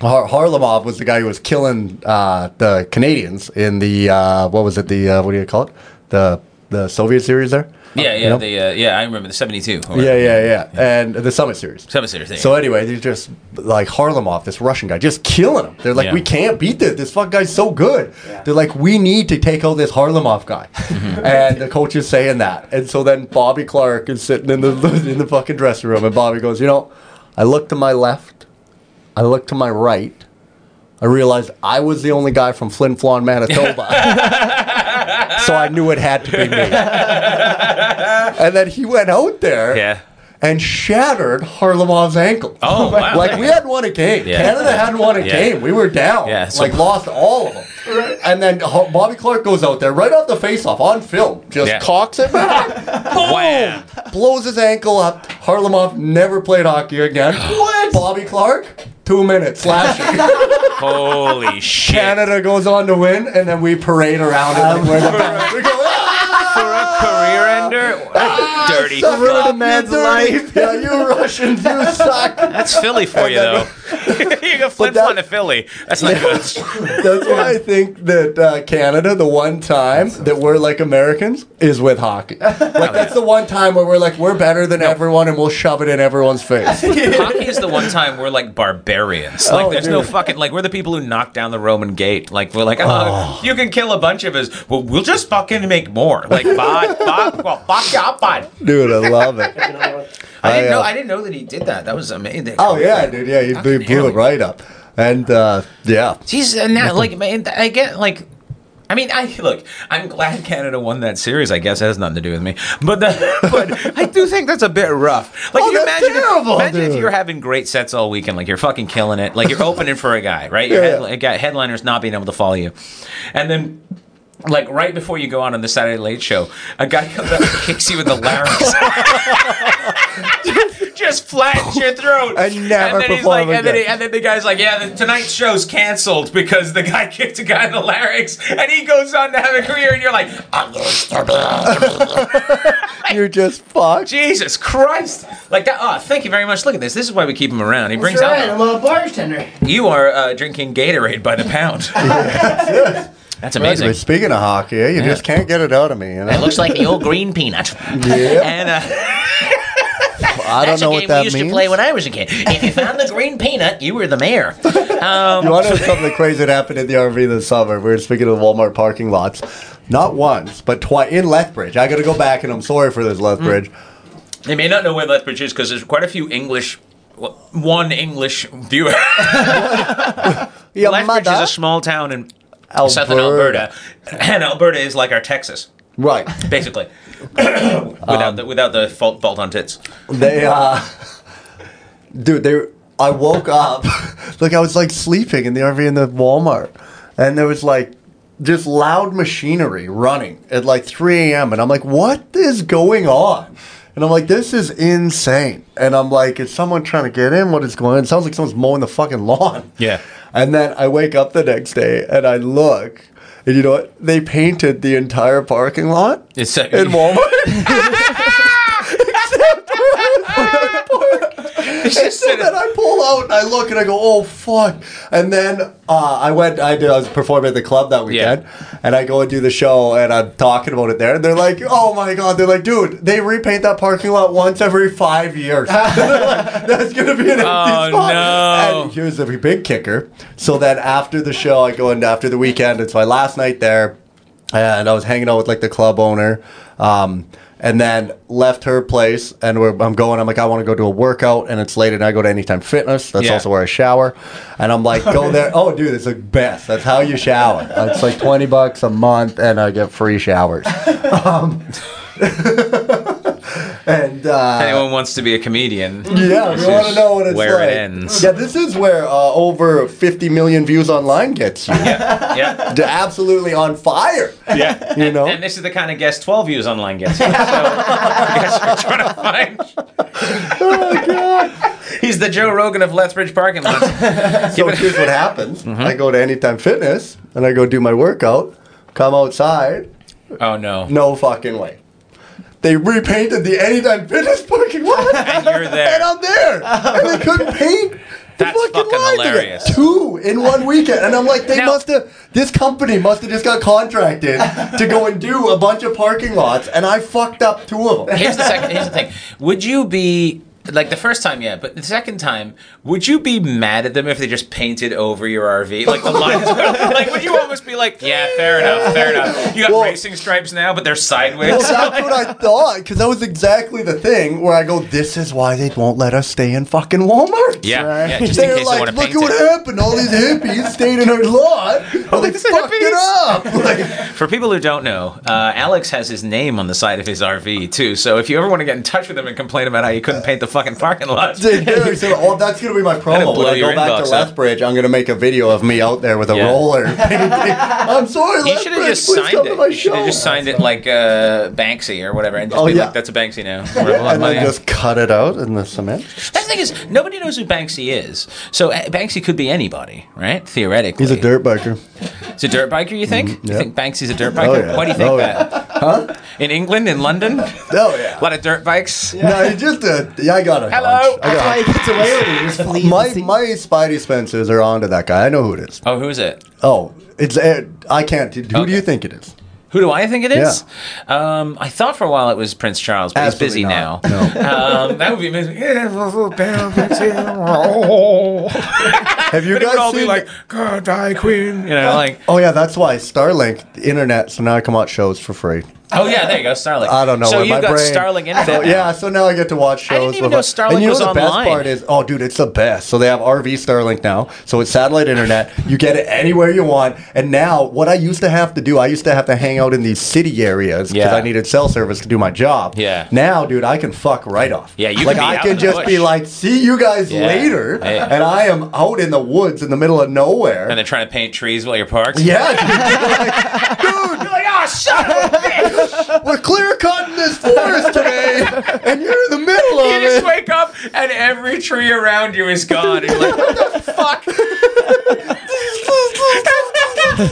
Speaker 3: Har- Harlemov was the guy who was killing uh, the Canadians in the uh, what was it? The uh, what do you call it? The the Soviet series there.
Speaker 1: Yeah,
Speaker 3: You
Speaker 1: yeah,
Speaker 3: know?
Speaker 1: the, uh, yeah. I remember the '72.
Speaker 3: yeah, yeah, yeah, and the Summit series.
Speaker 1: Seventy-six. thing.
Speaker 3: So anyway, they're just like Harlemov, this Russian guy, just killing him. They're like,
Speaker 1: Yeah.
Speaker 3: we can't beat this. This fuck guy's so good. They're like, we need to take out this Harlemov guy. [laughs] and the coach is saying that. And so then Bobby Clark is sitting in the [laughs] in the fucking dressing room, and Bobby goes, you know, I look to my left, I look to my right. I realized I was the only guy from Flin Flon, Manitoba. [laughs] so I knew it had to be [laughs] me. and then he went out there
Speaker 1: yeah.
Speaker 3: and shattered Harlemov's ankle.
Speaker 1: Oh, wow.
Speaker 3: [laughs] like we hadn't won a game.
Speaker 1: Yeah.
Speaker 3: Canada hadn't won a
Speaker 1: Yeah.
Speaker 3: game. We were down.
Speaker 1: Yeah, so-
Speaker 3: like lost all of them. And then Ho- Bobby Clark goes out there right off the face-off on film, just
Speaker 1: Yeah.
Speaker 3: cocks
Speaker 1: [laughs]
Speaker 3: it back,
Speaker 1: Wham!
Speaker 3: blows his ankle up. Harlemov never played
Speaker 1: [gasps]
Speaker 3: hockey again. What? Bobby Clark, two minutes
Speaker 1: [laughs]
Speaker 3: slashing. [laughs]
Speaker 1: Holy shit!
Speaker 3: Canada goes on to win, and then we parade around and like, Uh, we're the- [laughs] we go, "Ah,
Speaker 1: For a career ender, dirty.
Speaker 3: suck
Speaker 1: fuck.
Speaker 3: up, you
Speaker 2: man's
Speaker 3: dirty-
Speaker 2: life.
Speaker 3: Yeah, you Russians, you [laughs] suck.
Speaker 1: That's Philly for you though. [laughs] you go flip
Speaker 3: that-
Speaker 1: on to Philly. That's not good.
Speaker 3: That's why I think that uh, Canada, the one time that we're like Americans, is with
Speaker 1: [laughs]
Speaker 3: hockey. Like that's the one time where we're like we're better than everyone and we'll shove it in everyone's
Speaker 1: [laughs]
Speaker 3: face.
Speaker 1: [laughs] Hockey is the one time we're like barbarians. Like
Speaker 3: Oh,
Speaker 1: there's no
Speaker 3: dude.
Speaker 1: fucking like we're the people who knocked down the Roman gate. Like we're like, oh, you can kill a bunch of us. Well, we'll just fucking make more. Like, bot, bot, well, fuck you up, bot.
Speaker 3: Dude, I love it.
Speaker 1: I didn't
Speaker 3: I,
Speaker 1: know.
Speaker 3: uh,
Speaker 1: I didn't know that he did that. That was amazing.
Speaker 3: Oh yeah, dude. Yeah, you blew,
Speaker 1: Fucking hell.
Speaker 3: blew it right up. And uh, yeah,
Speaker 1: Jeez, and now, like, man, I get like. I mean, I look. I'm glad Canada won that series. I guess it has nothing to do with me, but the, [laughs] but I do think that's a bit rough. Like,
Speaker 3: Oh,
Speaker 1: you
Speaker 3: that's
Speaker 1: imagine, if-
Speaker 3: terrible,
Speaker 1: imagine if
Speaker 3: dude.
Speaker 1: you're having great sets all weekend, like you're fucking killing it,
Speaker 3: [laughs]
Speaker 1: like you're opening for a guy, right? Your
Speaker 3: Yeah.
Speaker 1: headli- a guy- headliner's not being able to follow you, and then. Like right before you go on on the Saturday Late Show, a guy comes up and kicks you in the larynx. Just just flattens
Speaker 3: [laughs]
Speaker 1: your throat.
Speaker 3: And never
Speaker 1: then he's
Speaker 3: perform
Speaker 1: like, and then, he,
Speaker 3: again.
Speaker 1: and then the guy's like, yeah, the, tonight's show's canceled because the guy [laughs] kicked a guy in the larynx, and he goes on to have a career, and you're like, oh, I'm gonna stop it.
Speaker 3: You're just fucked.
Speaker 1: Jesus Christ! Like that. Oh, thank you very much. Look at this. This is why we keep him around. He brings
Speaker 2: That's right,
Speaker 1: out.
Speaker 2: I'm a bartender.
Speaker 1: You are uh, drinking Gatorade by the
Speaker 3: [laughs]
Speaker 1: pound. That's amazing.
Speaker 3: But speaking of hockey, eh, you just can't get it out of me. You know?
Speaker 1: It looks like the old green peanut.
Speaker 3: yeah,
Speaker 1: And uh,
Speaker 3: I don't
Speaker 1: that's a
Speaker 3: know
Speaker 1: game
Speaker 3: what that
Speaker 1: we used
Speaker 3: means.
Speaker 1: to play when I was a kid. If you found the green peanut, you were the mayor.
Speaker 3: You want
Speaker 1: [laughs]
Speaker 3: to know something crazy that happened in the RV this summer? We were speaking of Walmart parking lots. Not once, but twice in Lethbridge. I got to go back, and I'm sorry for this Lethbridge.
Speaker 1: Mm. They may not know where Lethbridge is because there's quite a few English, well, one English viewer.
Speaker 3: Your
Speaker 1: Lethbridge
Speaker 3: mother-
Speaker 1: is a small town in
Speaker 3: Alberta.
Speaker 1: southern Alberta, [laughs] and Alberta is like our Texas,
Speaker 3: Right.
Speaker 1: basically, [coughs] without the without the fault bolt on tits.
Speaker 3: They, uh, [laughs] dude, they. I woke up, [laughs] like I was like sleeping in the RV in the Walmart, and there was like just loud machinery running at like 3 a.m. and I'm like, what is going on? And I'm like, this is insane. And I'm like, is someone trying to get in? What is going on? It sounds like someone's mowing the fucking lawn.
Speaker 1: Yeah.
Speaker 3: And then I wake up the next day and I look, and you know what? They painted the entire parking lot
Speaker 1: It's uh,
Speaker 3: [laughs] in Walmart.
Speaker 1: [laughs] it's just
Speaker 3: [laughs] so then I pull out and I look and I go, oh fuck! And then uh, I went, I did, I was performing at the club that weekend, and I go and do the show and I'm talking about it there, and they're like, oh my god, they're like, dude, they repaint that parking lot once every five years. [laughs] They're like, That's gonna be an empty
Speaker 1: Oh,
Speaker 3: spot.
Speaker 1: no.
Speaker 3: And here's the big kicker. So then after the show, I go and after the weekend, it's my last night there and I was hanging out with like the club owner, um, and then left her place, and we're, I'm going. I'm like, I want to go do a workout, and it's late, and I go to Anytime Fitness. That's
Speaker 1: Yeah.
Speaker 3: also where I shower, and I'm like, go there. Oh, dude, it's the best. That's how you shower. It's like twenty bucks a month, and I get free showers. [laughs] Um, and uh,
Speaker 1: [laughs] anyone wants to be a comedian.
Speaker 3: yeah,
Speaker 1: This
Speaker 3: we want
Speaker 1: is
Speaker 3: to know what it's
Speaker 1: where it
Speaker 3: like.
Speaker 1: ends.
Speaker 3: Yeah, this is where uh, over 50 million views online gets you.
Speaker 1: Yeah, yeah,
Speaker 3: They're absolutely on fire.
Speaker 1: yeah.
Speaker 3: You know,
Speaker 1: And this is the kind of guest 12 views online gets. [laughs] So, you guys are trying to find. [laughs] He's the Joe Rogan of Lethbridge parking lot.
Speaker 3: So here's
Speaker 1: [laughs]
Speaker 3: what happens.
Speaker 1: Mm-hmm.
Speaker 3: I go to Anytime Fitness and I go do my workout, come outside,
Speaker 1: Oh no.
Speaker 3: no fucking way. They repainted the Anytime Fitness parking lot.
Speaker 1: And [laughs] you're there.
Speaker 3: And I'm there. And they couldn't paint. the
Speaker 1: That's fucking
Speaker 3: lines again.
Speaker 1: hilarious.
Speaker 3: Two in one weekend. And I'm like, they
Speaker 1: Now-
Speaker 3: must have, this company must have just got contracted to go and do a bunch of parking lots. And I fucked up two of them.
Speaker 1: Here's the second. Here's the thing. Would you be like the first time, yeah, but the second time, would you be mad at them if they just painted over your RV? Like the lines, [laughs] were- like would you almost be like, yeah, fair enough, fair enough. You got
Speaker 3: Well-
Speaker 1: racing stripes now, but they're sideways.
Speaker 3: [laughs] Well, that's what I thought, because that was exactly the thing where I go, this is why they won't let us stay in fucking Walmart.
Speaker 1: Yeah, yeah, just in
Speaker 3: They're
Speaker 1: case they
Speaker 3: like,
Speaker 1: want to
Speaker 3: look
Speaker 1: paint
Speaker 3: at what
Speaker 1: it.
Speaker 3: happened. All these hippies stayed in our
Speaker 1: [laughs]
Speaker 3: lot. Oh, they
Speaker 1: these are
Speaker 3: fucked it up. [laughs] Like,
Speaker 1: For people who don't know, uh, Alex has his name on the side of his RV too. So if you ever want to get in touch with him and complain about how you couldn't paint the fucking parking lot, [laughs]
Speaker 3: dude, dude, so, oh, that's gonna be my promo. When
Speaker 1: blow
Speaker 3: I
Speaker 1: your
Speaker 3: go back
Speaker 1: inbox
Speaker 3: to
Speaker 1: up.
Speaker 3: Lethbridge, I'm gonna make a video of me out there with a
Speaker 1: Yeah. [laughs]
Speaker 3: roller. [laughs] painting. I'm sorry,
Speaker 1: He should have
Speaker 3: Lethbridge.
Speaker 1: just
Speaker 3: please
Speaker 1: signed
Speaker 3: come to my
Speaker 1: it. Should have
Speaker 3: show.
Speaker 1: just signed it like uh, Banksy or whatever, and just
Speaker 3: Oh,
Speaker 1: be
Speaker 3: yeah.
Speaker 1: like, "That's a Banksy now."
Speaker 3: [laughs] and then just cut it out in the cement.
Speaker 1: That thing is, nobody knows who Banksy is. So uh, Banksy could be anybody, right? Theoretically,
Speaker 3: He's a dirt [laughs] biker.
Speaker 1: He's a dirt biker. You think? You
Speaker 3: yeah.
Speaker 1: think Banksy's a dirt biker?
Speaker 3: yeah.
Speaker 1: Why do you think
Speaker 3: Oh, yeah.
Speaker 1: that? Huh? In England, in London, a
Speaker 3: Oh yeah.
Speaker 1: lot of dirt bikes.
Speaker 3: No, he just a. Yeah, I got it.
Speaker 1: Hello.
Speaker 3: I got
Speaker 2: That's why he gets away
Speaker 3: [laughs]
Speaker 2: with it. [laughs] He just flees
Speaker 3: My
Speaker 2: the scene.
Speaker 3: my Spidey Spencers are onto that guy. I know who it is.
Speaker 1: Oh, who is it?
Speaker 3: Oh, it's uh, I can't. Who do
Speaker 1: Okay.
Speaker 3: you think it is?
Speaker 1: Who do I think it is? Um, I thought for a while it was Prince Charles, but
Speaker 3: Absolutely
Speaker 1: he's busy
Speaker 3: not.
Speaker 1: [laughs] now. Um, that would be amazing. [laughs] you
Speaker 3: Have you
Speaker 1: guys all
Speaker 3: guys
Speaker 1: be
Speaker 3: seen?
Speaker 1: like, God, die queen. You know, like,
Speaker 3: oh yeah, that's why Starlink the internet. So now I come watch shows for free.
Speaker 1: oh yeah, there you go, Starlink.
Speaker 3: I don't know.
Speaker 1: So
Speaker 3: where
Speaker 1: you've
Speaker 3: my
Speaker 1: got
Speaker 3: brain,
Speaker 1: Starlink internet.
Speaker 3: So,
Speaker 1: now.
Speaker 3: yeah, so now I get to watch shows.
Speaker 1: I didn't even
Speaker 3: with
Speaker 1: know
Speaker 3: my-
Speaker 1: Starlink
Speaker 3: and you
Speaker 1: was
Speaker 3: know the
Speaker 1: online.
Speaker 3: best part is, oh, dude, it's the best. So they have RV Starlink now. So it's satellite internet. You get it anywhere you want. And now, what I used to have to do, I used to have to hang out in these city areas because
Speaker 1: Yeah.
Speaker 3: I needed cell service to do my job.
Speaker 1: Yeah.
Speaker 3: Now, dude, I can fuck right off.
Speaker 1: Yeah, you can
Speaker 3: like
Speaker 1: be
Speaker 3: I
Speaker 1: out in
Speaker 3: can
Speaker 1: the
Speaker 3: just be
Speaker 1: bush.
Speaker 3: like, see you guys
Speaker 1: Yeah.
Speaker 3: later,
Speaker 1: Hey.
Speaker 3: and I am out in the woods in the middle of nowhere. [laughs]
Speaker 1: And they're trying to paint trees while you're parked.
Speaker 3: yeah. dude,
Speaker 1: You're like, oh, shut up, bitch.
Speaker 3: We're clear cutting this forest today,
Speaker 1: [laughs]
Speaker 3: and you're in the middle of
Speaker 1: You just
Speaker 3: it.
Speaker 1: wake up and every tree around you is gone. And you're like, what the fuck?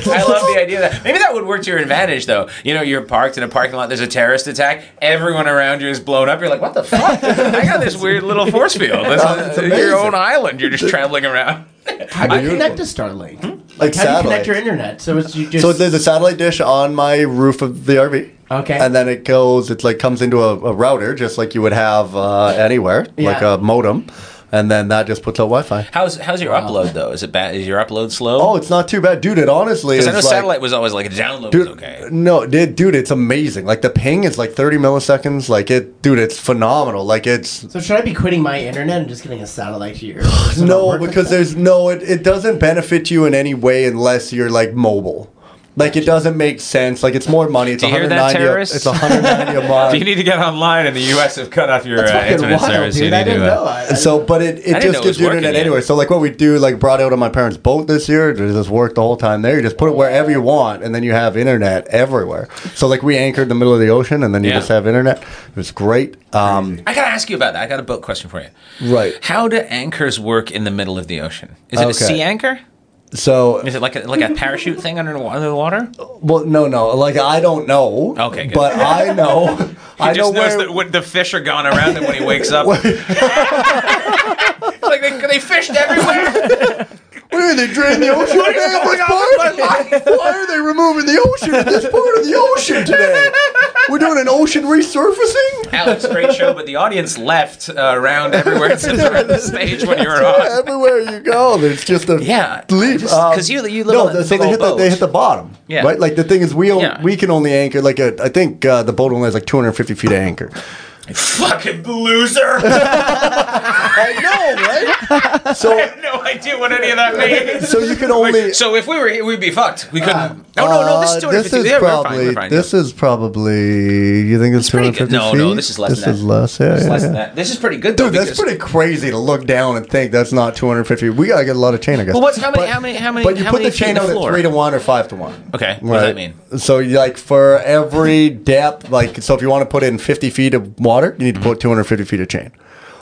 Speaker 1: I love the idea that maybe that would work to your advantage, though. You know, you're parked in a parking lot. There's a terrorist attack. Everyone around you is blown up. You're like, what the fuck? I got this weird little force field. This
Speaker 3: That's
Speaker 1: is
Speaker 3: amazing.
Speaker 1: your own island. You're just traveling around.
Speaker 2: How do you
Speaker 3: Beautiful.
Speaker 2: connect to Starlink? Hmm?
Speaker 3: Like
Speaker 2: How do you connect
Speaker 3: satellite.
Speaker 2: your internet? So it's you just
Speaker 3: So there's a satellite dish on my roof of the RV.
Speaker 2: Okay.
Speaker 3: And then it goes, it like comes into a, a router, just like you would have uh, anywhere, like
Speaker 2: Yeah.
Speaker 3: a modem, and then that just puts out Wi-Fi.
Speaker 1: How's how's your upload though? Is it bad? Is your upload slow?
Speaker 3: Oh, it's not too bad, dude. It honestly is
Speaker 1: I know
Speaker 3: like,
Speaker 1: satellite was always like a download
Speaker 3: Dude,
Speaker 1: was okay.
Speaker 3: no, dude, dude, it's amazing. Like the ping is like 30 milliseconds. Like it, dude, it's phenomenal. Like it's
Speaker 2: So should I be quitting my internet and just getting a satellite to your? Does it not
Speaker 3: no,
Speaker 2: work like
Speaker 3: because
Speaker 2: that?
Speaker 3: there's no, it, it doesn't benefit you in any way unless you're like mobile. Like it doesn't make sense. Like it's more money. It's
Speaker 1: Do you hear that,
Speaker 3: 190. a-
Speaker 1: terrorists?
Speaker 3: it's 190
Speaker 1: [laughs]
Speaker 3: a month.
Speaker 1: Do you need to get online in the U.S. have cut off your uh,
Speaker 2: That's fucking
Speaker 1: internet
Speaker 2: wild,
Speaker 1: service?
Speaker 2: dude.
Speaker 1: You
Speaker 2: I
Speaker 1: need to,
Speaker 2: didn't
Speaker 1: uh,
Speaker 2: know. I, I,
Speaker 3: And so, but it, it
Speaker 1: didn't know
Speaker 3: just
Speaker 1: it was
Speaker 3: gives you
Speaker 1: working
Speaker 3: internet
Speaker 1: yet.
Speaker 3: anyway. So, like what we do, like brought out on my parents' boat this year, it just worked the whole time there. You just put it wherever you want, and then you have internet everywhere. So, like we anchored in the middle of the ocean, and then you
Speaker 1: Yeah.
Speaker 3: just have internet. It was great. Um,
Speaker 1: I gotta ask you about that. I got a boat question for you.
Speaker 3: Right.
Speaker 1: How do anchors work in the middle of the ocean? Is it a
Speaker 3: Okay.
Speaker 1: sea anchor?
Speaker 3: so,
Speaker 1: Is it like a, like a parachute thing under the wa- under the water?
Speaker 3: well, no, no, like I don't know.
Speaker 1: Okay, good.
Speaker 3: but
Speaker 1: [laughs]
Speaker 3: I know. I know where.
Speaker 1: when the fish are gone around him when he wakes
Speaker 3: [laughs]
Speaker 1: up. it's like they, they fished everywhere.
Speaker 3: Where are they draining the ocean today? at this part? [laughs] Why are they removing the ocean at this part of the ocean today? We're doing an ocean resurfacing.
Speaker 1: [laughs] Alex, great show, but the audience left uh, around everywhere since we're
Speaker 3: [laughs]
Speaker 1: on the stage when you were on.
Speaker 3: Everywhere you go, there's just a
Speaker 1: Yeah,
Speaker 3: leap.
Speaker 1: just- 'cause you- you live on a
Speaker 3: the-
Speaker 1: big
Speaker 3: they
Speaker 1: old
Speaker 3: hit the, they
Speaker 1: boat.
Speaker 3: hit the bottom.
Speaker 1: Yeah.
Speaker 3: right. Like the thing is, we on-
Speaker 1: Yeah.
Speaker 3: we can only anchor like a, I think uh, the boat only has like 250 feet of anchor.
Speaker 1: Fucking loser! [laughs] I
Speaker 3: I know, right? [laughs] so
Speaker 1: have no idea what any of that means.
Speaker 3: so you can only.
Speaker 1: So if we were, here, we'd be fucked. We couldn't. Ah. no, no, no. This
Speaker 3: uh,
Speaker 1: is 250.
Speaker 3: is
Speaker 1: yeah, we're fine,
Speaker 3: probably
Speaker 1: we're fine,
Speaker 3: this is probably you think it's,
Speaker 1: pretty good.
Speaker 3: 250
Speaker 1: No,
Speaker 3: feet?
Speaker 1: no, this is less
Speaker 3: This
Speaker 1: than that.
Speaker 3: is less. Yeah,
Speaker 1: It's
Speaker 3: yeah,
Speaker 1: less
Speaker 3: yeah.
Speaker 1: than that. This is pretty good, though.
Speaker 3: Dude, that's
Speaker 1: because-
Speaker 3: pretty crazy to look down and think that's not 250. We gotta get a lot of chain, I guess.
Speaker 1: Well, what's- how many-
Speaker 3: But-
Speaker 1: how many- how many-
Speaker 3: But you
Speaker 1: how
Speaker 3: put
Speaker 1: many
Speaker 3: the
Speaker 1: feet
Speaker 3: chain
Speaker 1: to
Speaker 3: out at
Speaker 1: floor?
Speaker 3: three to one or five to one.
Speaker 1: Okay, what does that mean?
Speaker 3: So, you, like for every depth, like so, if you want to put in 50 feet of water, you need to put 250 feet of chain.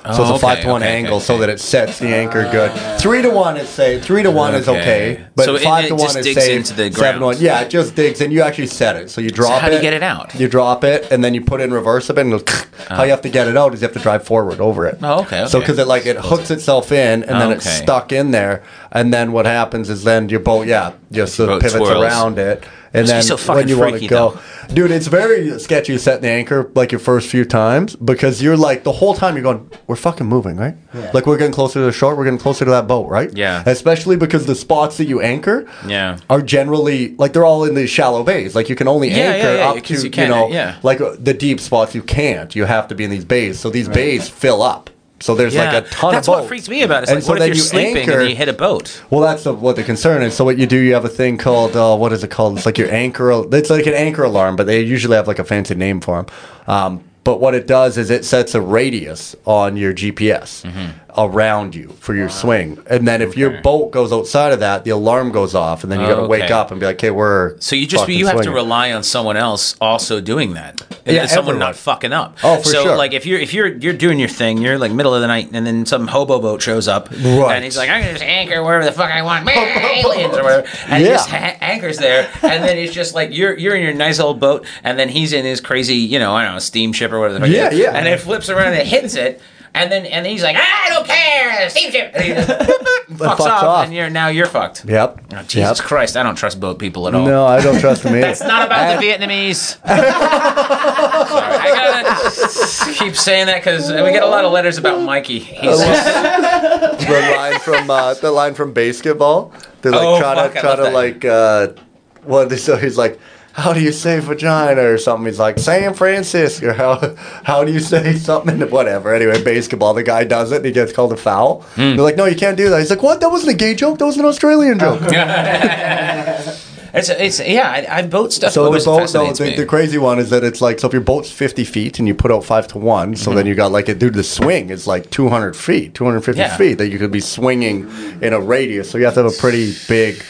Speaker 3: So it's a
Speaker 1: Mm-hmm. Oh, okay,
Speaker 3: five to one
Speaker 1: okay,
Speaker 3: angle
Speaker 1: okay,
Speaker 3: so that it sets the anchor good. Three to one is safe. Three to one is
Speaker 1: Okay.
Speaker 3: okay, but
Speaker 1: So it-
Speaker 3: five
Speaker 1: it
Speaker 3: to
Speaker 1: just
Speaker 3: one is
Speaker 1: digs
Speaker 3: safe.
Speaker 1: into the
Speaker 3: Seven to
Speaker 1: ground.
Speaker 3: one, yeah, it just digs, and you actually set it. So you drop
Speaker 1: how
Speaker 3: it.
Speaker 1: do you get it out?
Speaker 3: You drop it, and then you put it in reverse of it. And it'll how you have to get it out is you have to drive forward over it.
Speaker 1: Oh, okay,
Speaker 3: So
Speaker 1: okay.
Speaker 3: because it like it hooks itself in, and then it's
Speaker 1: Okay.
Speaker 3: stuck in there, and then what happens is then your boat, yeah, just the
Speaker 1: boat
Speaker 3: pivots
Speaker 1: twirls.
Speaker 3: around it, and
Speaker 1: Must be
Speaker 3: then
Speaker 1: so fucking
Speaker 3: when you want
Speaker 1: freaky,
Speaker 3: to go, dude, it's very sketchy setting the anchor like your first few times because you're like the whole time you're going, we're fucking moving, right? Like we're getting closer to the shore, we're getting closer to that boat, right?
Speaker 1: Yeah.
Speaker 3: Especially because the spots that you anchor,
Speaker 1: Yeah.
Speaker 3: are generally like they're all in these shallow bays. Like you can only
Speaker 1: Yeah,
Speaker 3: anchor
Speaker 1: yeah, yeah,
Speaker 3: up
Speaker 1: 'cause
Speaker 3: to
Speaker 1: you
Speaker 3: you,
Speaker 1: can't,
Speaker 3: know
Speaker 1: yeah.
Speaker 3: like uh, the deep spots you can't. You have to be in these bays. So these bays fill up. So there's like a ton
Speaker 1: That's
Speaker 3: of
Speaker 1: what
Speaker 3: boats.
Speaker 1: freaks me about. It's
Speaker 3: And
Speaker 1: like,
Speaker 3: so
Speaker 1: what if
Speaker 3: then
Speaker 1: you're
Speaker 3: you
Speaker 1: sleeping
Speaker 3: anchor-
Speaker 1: and you hit a boat?
Speaker 3: Well, that's the, what the concern is. So what you do, you have a thing called uh, what is it called? It's like your anchor. al- It's like an anchor alarm, but they usually have like a fancy name for them. Um, but what it does is it sets a radius on your GPS
Speaker 1: Mm-hmm.
Speaker 3: around you for your swing, and then if your boat goes outside of that, the alarm goes off, and then you got to wake
Speaker 1: Oh, Okay.
Speaker 3: up and be like, "Okay, we're
Speaker 1: So you just
Speaker 3: fucking
Speaker 1: you have to
Speaker 3: swinging."
Speaker 1: rely on someone else also doing that. And
Speaker 3: Yeah,
Speaker 1: someone
Speaker 3: everyone.
Speaker 1: not fucking up.
Speaker 3: Oh, for
Speaker 1: so
Speaker 3: sure.
Speaker 1: like if you're if you're you're doing your thing, you're like middle of the night, and then some hobo boat shows up,
Speaker 3: Right.
Speaker 1: and he's like, I'm gonna just anchor wherever the fuck I want, aliens or whatever, and he
Speaker 3: Yeah.
Speaker 1: just ha- anchors there, and then it's just like you're you're in your nice old boat, and then he's in his crazy, you know, I don't know, steamship or whatever. The fuck it
Speaker 3: Yeah,
Speaker 1: is,
Speaker 3: yeah.
Speaker 1: And it flips around and it hits it. And then and he's like, I don't care, steamship. And he
Speaker 3: [laughs]
Speaker 1: just fucks,
Speaker 3: fucks
Speaker 1: off,
Speaker 3: off.
Speaker 1: and you're now you're fucked.
Speaker 3: Yep.
Speaker 1: Oh, Jesus
Speaker 3: Yep.
Speaker 1: Christ, I don't trust boat people at all.
Speaker 3: No, I don't
Speaker 1: [laughs]
Speaker 3: trust them either.
Speaker 1: It's not about
Speaker 3: Uh,
Speaker 1: the Vietnamese. [laughs] Sorry, I gotta keep saying that because we get a lot of letters about Mikey. He's
Speaker 3: Oh, the line from uh, the line from basketball. They're like
Speaker 1: Oh,
Speaker 3: trying
Speaker 1: fuck, I
Speaker 3: to try
Speaker 1: love
Speaker 3: to
Speaker 1: that.
Speaker 3: like uh, what they so he's like, how do you say vagina or something? He's like San Francisco. [laughs] Or how how do you say something? [laughs] To whatever. Anyway, basketball. The guy does it. and He gets called a foul.
Speaker 1: Hmm.
Speaker 3: They're like, no, you can't do that. He's like, what? That wasn't a gay joke. That was an Australian joke.
Speaker 1: [laughs] it's, it's yeah. I, I boat stuff.
Speaker 3: So the
Speaker 1: always
Speaker 3: boat, though,
Speaker 1: fascinates
Speaker 3: the,
Speaker 1: me.
Speaker 3: the crazy one is that it's like so if your boat's fifty feet and you put out five to one, so then you got like a dude. The swing is like two hundred feet, two hundred fifty
Speaker 1: Yeah.
Speaker 3: feet that you could be swinging in a radius. So you have to have a pretty big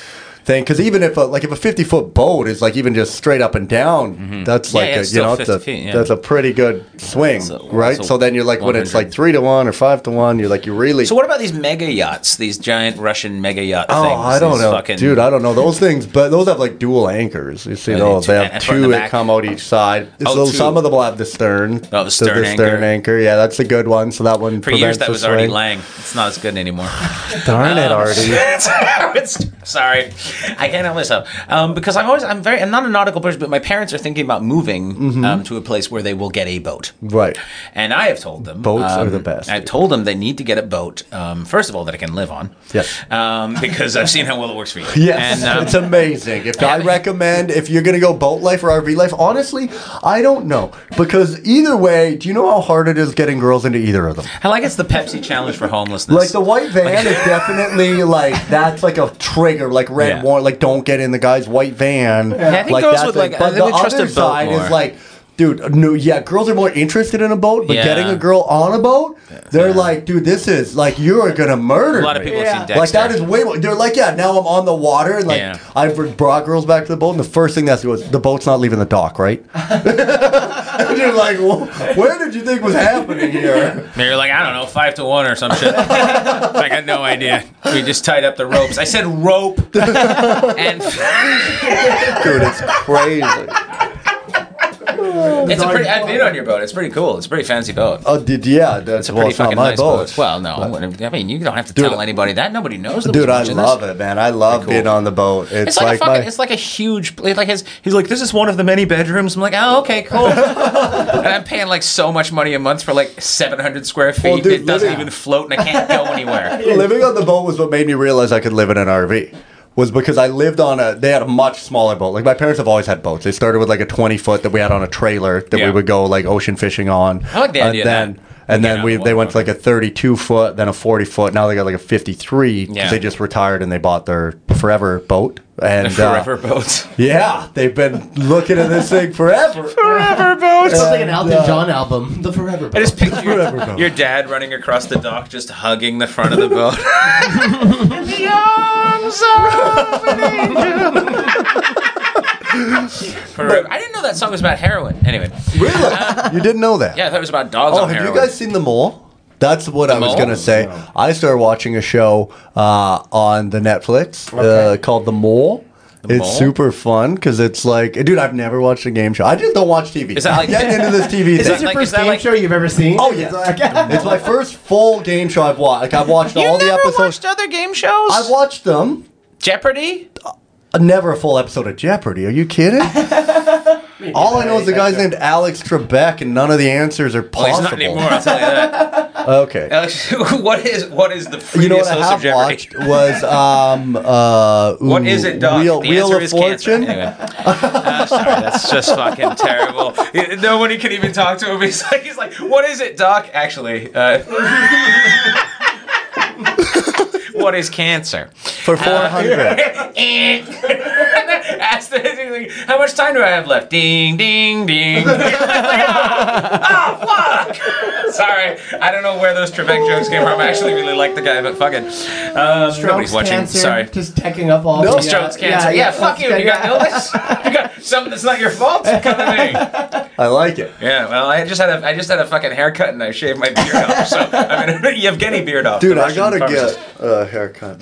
Speaker 3: thing. Because even if a, like if a fifty foot boat is like even just straight up and down, that's
Speaker 4: Yeah,
Speaker 3: like
Speaker 4: yeah,
Speaker 3: a,
Speaker 4: it's
Speaker 3: you
Speaker 4: still
Speaker 3: know it's
Speaker 4: 50
Speaker 3: a,
Speaker 4: feet, yeah.
Speaker 3: that's a pretty good swing,
Speaker 1: So-
Speaker 3: right?
Speaker 1: so
Speaker 3: So, then you're like when it's
Speaker 1: 100.
Speaker 3: like three to one or five to one, you're like you really.
Speaker 1: So what about these mega yachts? These giant Russian mega yacht
Speaker 3: Oh,
Speaker 1: things?
Speaker 3: I don't
Speaker 1: these
Speaker 3: know,
Speaker 1: fucking-
Speaker 3: dude. I don't know those things, but those have like dual anchors. You see,
Speaker 1: Yeah,
Speaker 3: those
Speaker 1: they-
Speaker 3: they
Speaker 1: yeah,
Speaker 3: have
Speaker 1: front and
Speaker 3: two
Speaker 1: the
Speaker 3: that
Speaker 1: back.
Speaker 3: come out each side.
Speaker 1: Oh,
Speaker 3: so
Speaker 1: two.
Speaker 3: some of them will have the stern.
Speaker 1: Oh, the stern anchor.
Speaker 3: stern anchor. Yeah, that's a good one. So that one
Speaker 1: For years,
Speaker 3: prevents
Speaker 1: that
Speaker 3: the
Speaker 1: was Um, Artie
Speaker 3: swing.
Speaker 1: Lang. It's not as good anymore.
Speaker 3: [laughs]
Speaker 1: [laughs]
Speaker 3: Darn it, Artie.
Speaker 1: That's how it starts. Sorry, I can't help myself um, because I'm always I'm very I'm not a nautical person, but my parents are thinking about moving
Speaker 3: Mm-hmm.
Speaker 1: um, to a place where they will get a boat.
Speaker 3: [laughs] Right.
Speaker 1: And I have told them
Speaker 3: Boats are
Speaker 1: um,
Speaker 3: the best.
Speaker 1: I've told them they need to get a boat. Um, first of all, that I can live on.
Speaker 3: Yes.
Speaker 1: Um, because I've seen how well it works for you.
Speaker 3: [laughs] Yes,
Speaker 1: And, um,
Speaker 3: it's amazing. If I
Speaker 1: and-
Speaker 3: recommend, if you're gonna go boat life or RV life, honestly, I don't know because either way, do you know how hard it is getting girls into either of them?
Speaker 1: I like it's the Pepsi challenge for homelessness.
Speaker 3: Like the white
Speaker 1: [laughs]
Speaker 3: van is definitely like that's like a trigger, like red
Speaker 1: Yeah.
Speaker 3: warning, like don't get in the guy's white van.
Speaker 1: I think girls would, like, I
Speaker 3: but
Speaker 1: think
Speaker 3: the
Speaker 1: they trust a
Speaker 3: other
Speaker 1: boat
Speaker 3: side
Speaker 1: more.
Speaker 3: is like. Dude, no, yeah, girls are more interested in a boat, but
Speaker 1: Yeah.
Speaker 3: getting a girl on a boat, they're like, dude, this is like you are gonna murder.
Speaker 1: a lot of
Speaker 3: me.
Speaker 1: people
Speaker 2: Yeah.
Speaker 1: have seen Dexter.
Speaker 3: Like that is way more. They're like, yeah, now I'm on the water, and like
Speaker 1: Yeah.
Speaker 3: I've brought girls back to the boat, and the first thing that's was the boat's not leaving the
Speaker 1: [laughs]
Speaker 3: dock, right? [laughs] and you're like, well, where did you think was happening here?
Speaker 1: They're like, I don't know, five to one or some shit. [laughs] I got no idea. We just tied up the ropes. I said
Speaker 3: [laughs]
Speaker 1: rope. and
Speaker 3: Dude, it's crazy.
Speaker 1: it's a pretty, I've been on your boat. It's pretty cool. It's a pretty fancy boat.
Speaker 3: Oh, did yeah? That's
Speaker 1: It's a
Speaker 3: well,
Speaker 1: pretty
Speaker 3: it's not
Speaker 1: fucking
Speaker 3: my
Speaker 1: nice
Speaker 3: boat.
Speaker 1: boat. Well, no, I mean, you don't have to tell anybody that. Nobody knows. That
Speaker 3: Dude,
Speaker 1: we're
Speaker 3: I
Speaker 1: watching
Speaker 3: love
Speaker 1: this.
Speaker 3: it, man. I love
Speaker 1: cool.
Speaker 3: being on the boat.
Speaker 1: It's
Speaker 3: It's,
Speaker 1: like, a
Speaker 3: my.
Speaker 1: fucking, it's like a huge, it's like his, he's like, this is one of the many bedrooms. I'm like, oh, okay,
Speaker 3: [laughs]
Speaker 1: cool. and I'm paying like so much money a month for like 700 square feet.
Speaker 3: Well, dude,
Speaker 1: it doesn't
Speaker 3: literally-
Speaker 1: even float and I can't go
Speaker 3: [laughs]
Speaker 1: anywhere.
Speaker 3: living on the boat was what made me realize I could live in an RV. Was because I lived on a. They had a much smaller boat. Like my parents have always had boats. They started with like a twenty foot that we had on a trailer that
Speaker 1: Yeah.
Speaker 3: we would go like ocean fishing on.
Speaker 1: I like the idea of
Speaker 3: And then
Speaker 1: that.
Speaker 3: and
Speaker 1: Yeah,
Speaker 3: then we they
Speaker 1: well,
Speaker 3: went to like a thirty two foot, then a forty foot. Now they got like a fifty three because
Speaker 1: Yeah.
Speaker 3: they just retired and they bought their forever boat. And uh,
Speaker 1: Forever boats.
Speaker 3: yeah, they've been looking at this thing forever.
Speaker 1: Forever boats.
Speaker 2: It's like an Elton
Speaker 3: uh,
Speaker 2: John album, The Forever
Speaker 1: I
Speaker 2: Boat.
Speaker 1: just picture
Speaker 3: Forever
Speaker 1: your,
Speaker 3: boat.
Speaker 1: your dad running across the dock, just hugging the front of the
Speaker 3: [laughs]
Speaker 1: boat. In the arms of an [laughs] angel. Forever. I didn't know that song was about heroin. Anyway,
Speaker 3: Really? You didn't know that?
Speaker 1: yeah, I thought it was about dogs
Speaker 3: Oh,
Speaker 1: on
Speaker 3: have
Speaker 1: heroin.
Speaker 3: you guys seen the mole? That's what I was
Speaker 1: Mole?
Speaker 3: gonna say. I started watching a show uh, on the Netflix uh, called The Mole. it's
Speaker 1: Mole?
Speaker 3: super fun because it's like, dude, I've never watched a game show. I just don't watch TV.
Speaker 1: Is that like-
Speaker 3: Getting
Speaker 1: [laughs]
Speaker 3: into this TV?
Speaker 1: Is
Speaker 3: thing.
Speaker 2: It's
Speaker 1: like,
Speaker 2: your
Speaker 1: is
Speaker 2: first
Speaker 1: that
Speaker 2: game
Speaker 1: like-
Speaker 2: show you've ever seen?
Speaker 3: oh [laughs] yeah, it's my first full game show I've watched. Like I've watched
Speaker 1: You
Speaker 3: all the
Speaker 1: never
Speaker 3: episodes.
Speaker 1: watched other game shows?
Speaker 3: I've watched them. Uh,
Speaker 1: Jeopardy.
Speaker 3: Never a full episode of Jeopardy. Are you [laughs] kidding? All I know is the guy's named Alex Trebek, and none of the answers are
Speaker 1: Well, Oh, he's
Speaker 3: possible.
Speaker 1: not anymore. I'll tell you that.
Speaker 3: [laughs] Okay.
Speaker 1: Alex, [laughs] what is what is the previous
Speaker 3: you know what I
Speaker 1: host of
Speaker 3: have
Speaker 1: Jeopardy?
Speaker 3: watched was um uh
Speaker 1: What
Speaker 3: ooh,
Speaker 1: is it, Doc?
Speaker 3: Wheel,
Speaker 1: the
Speaker 3: Wheel
Speaker 1: answer
Speaker 3: of
Speaker 1: is
Speaker 3: Fortune.
Speaker 1: Cancer.
Speaker 3: [laughs]
Speaker 1: Anyway. Uh, sorry, that's just fucking terrible. [laughs] Yeah, Nobody can even talk to him. He's like, he's like, what is it, Doc? Actually, uh, [laughs] what is cancer?
Speaker 3: For
Speaker 1: Uh,
Speaker 3: four
Speaker 1: [laughs]
Speaker 3: hundred.
Speaker 1: Eh. [laughs] Ask the, he's like, how much time do I have left? Ding, ding,
Speaker 3: [laughs]
Speaker 1: ding. Like, ah, oh, fuck! Sorry, I don't know where those Trebek jokes came from. I actually really like the guy, but fuck it. Um, nobody's watching.
Speaker 2: Cancer,
Speaker 1: Sorry.
Speaker 2: Just teching up all
Speaker 3: No,
Speaker 2: the...
Speaker 1: Stroke's cancer. Yeah, fuck you. You got illness. You got something that's not your fault. Come to [laughs] me.
Speaker 3: I like it.
Speaker 1: Yeah. Well, I just had a I just had a fucking haircut and I shaved my beard off. So I mean, [laughs] Yevgeny beard off.
Speaker 3: Dude,
Speaker 1: the
Speaker 3: I
Speaker 1: Russian
Speaker 3: gotta
Speaker 1: pharmacist. Mm.
Speaker 3: get a haircut.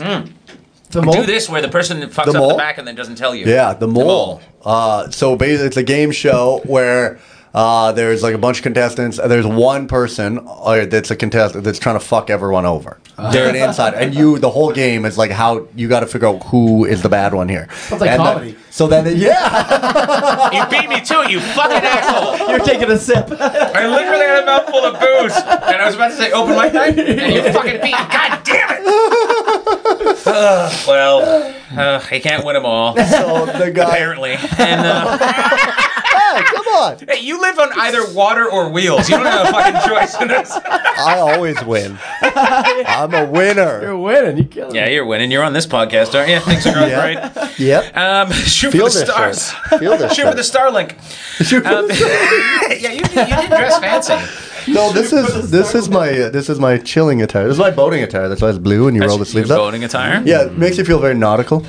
Speaker 2: The mole?
Speaker 1: Do this where the person fucks up the
Speaker 3: mole?
Speaker 1: back and then doesn't tell you.
Speaker 3: Yeah, the mole. Uh, so basically, it's a game show where uh, there's like a bunch of contestants. and There's one person uh, that's a contestant that's trying to fuck everyone over.
Speaker 2: Uh.
Speaker 3: They're an insider, and you. The whole game is like how you got to figure out who is the bad one here.
Speaker 2: Sounds like
Speaker 3: And the-
Speaker 2: comedy.
Speaker 3: so then, they- yeah, [laughs]
Speaker 1: You beat me to it. You fucking asshole.
Speaker 2: You're taking a sip.
Speaker 1: I literally had a mouthful of booze and I was about to say open my night and you fucking beat me. God damn it. Uh, well, uh, I can't win them all.
Speaker 3: so the guy.
Speaker 1: Apparently, and uh,
Speaker 3: Hey, come on!
Speaker 1: hey, you live on either water or wheels. You don't have a fucking choice in this.
Speaker 3: I always [laughs] win. I'm a winner.
Speaker 2: [laughs] You're winning. You're killing
Speaker 1: Yeah,
Speaker 2: it.
Speaker 1: you're winning. You're on this podcast, aren't you? Things are going
Speaker 3: Yeah.
Speaker 1: great.
Speaker 3: Yep.
Speaker 1: Um, shoot
Speaker 3: Feel
Speaker 1: for the
Speaker 3: this shirt.
Speaker 1: stars.
Speaker 3: [laughs] Feel this
Speaker 1: Shoot for
Speaker 3: shirt.
Speaker 1: the Starlink.
Speaker 3: Shoot for
Speaker 1: Um, [laughs]
Speaker 3: the-
Speaker 1: yeah, you, did- you did dress fancy.
Speaker 3: No, this is this is my uh, this is my chilling attire. This is my boating attire. That's why it's blue and you roll the
Speaker 1: Your
Speaker 3: sleeves up.
Speaker 1: Boating attire.
Speaker 3: Yeah, it makes you feel very nautical.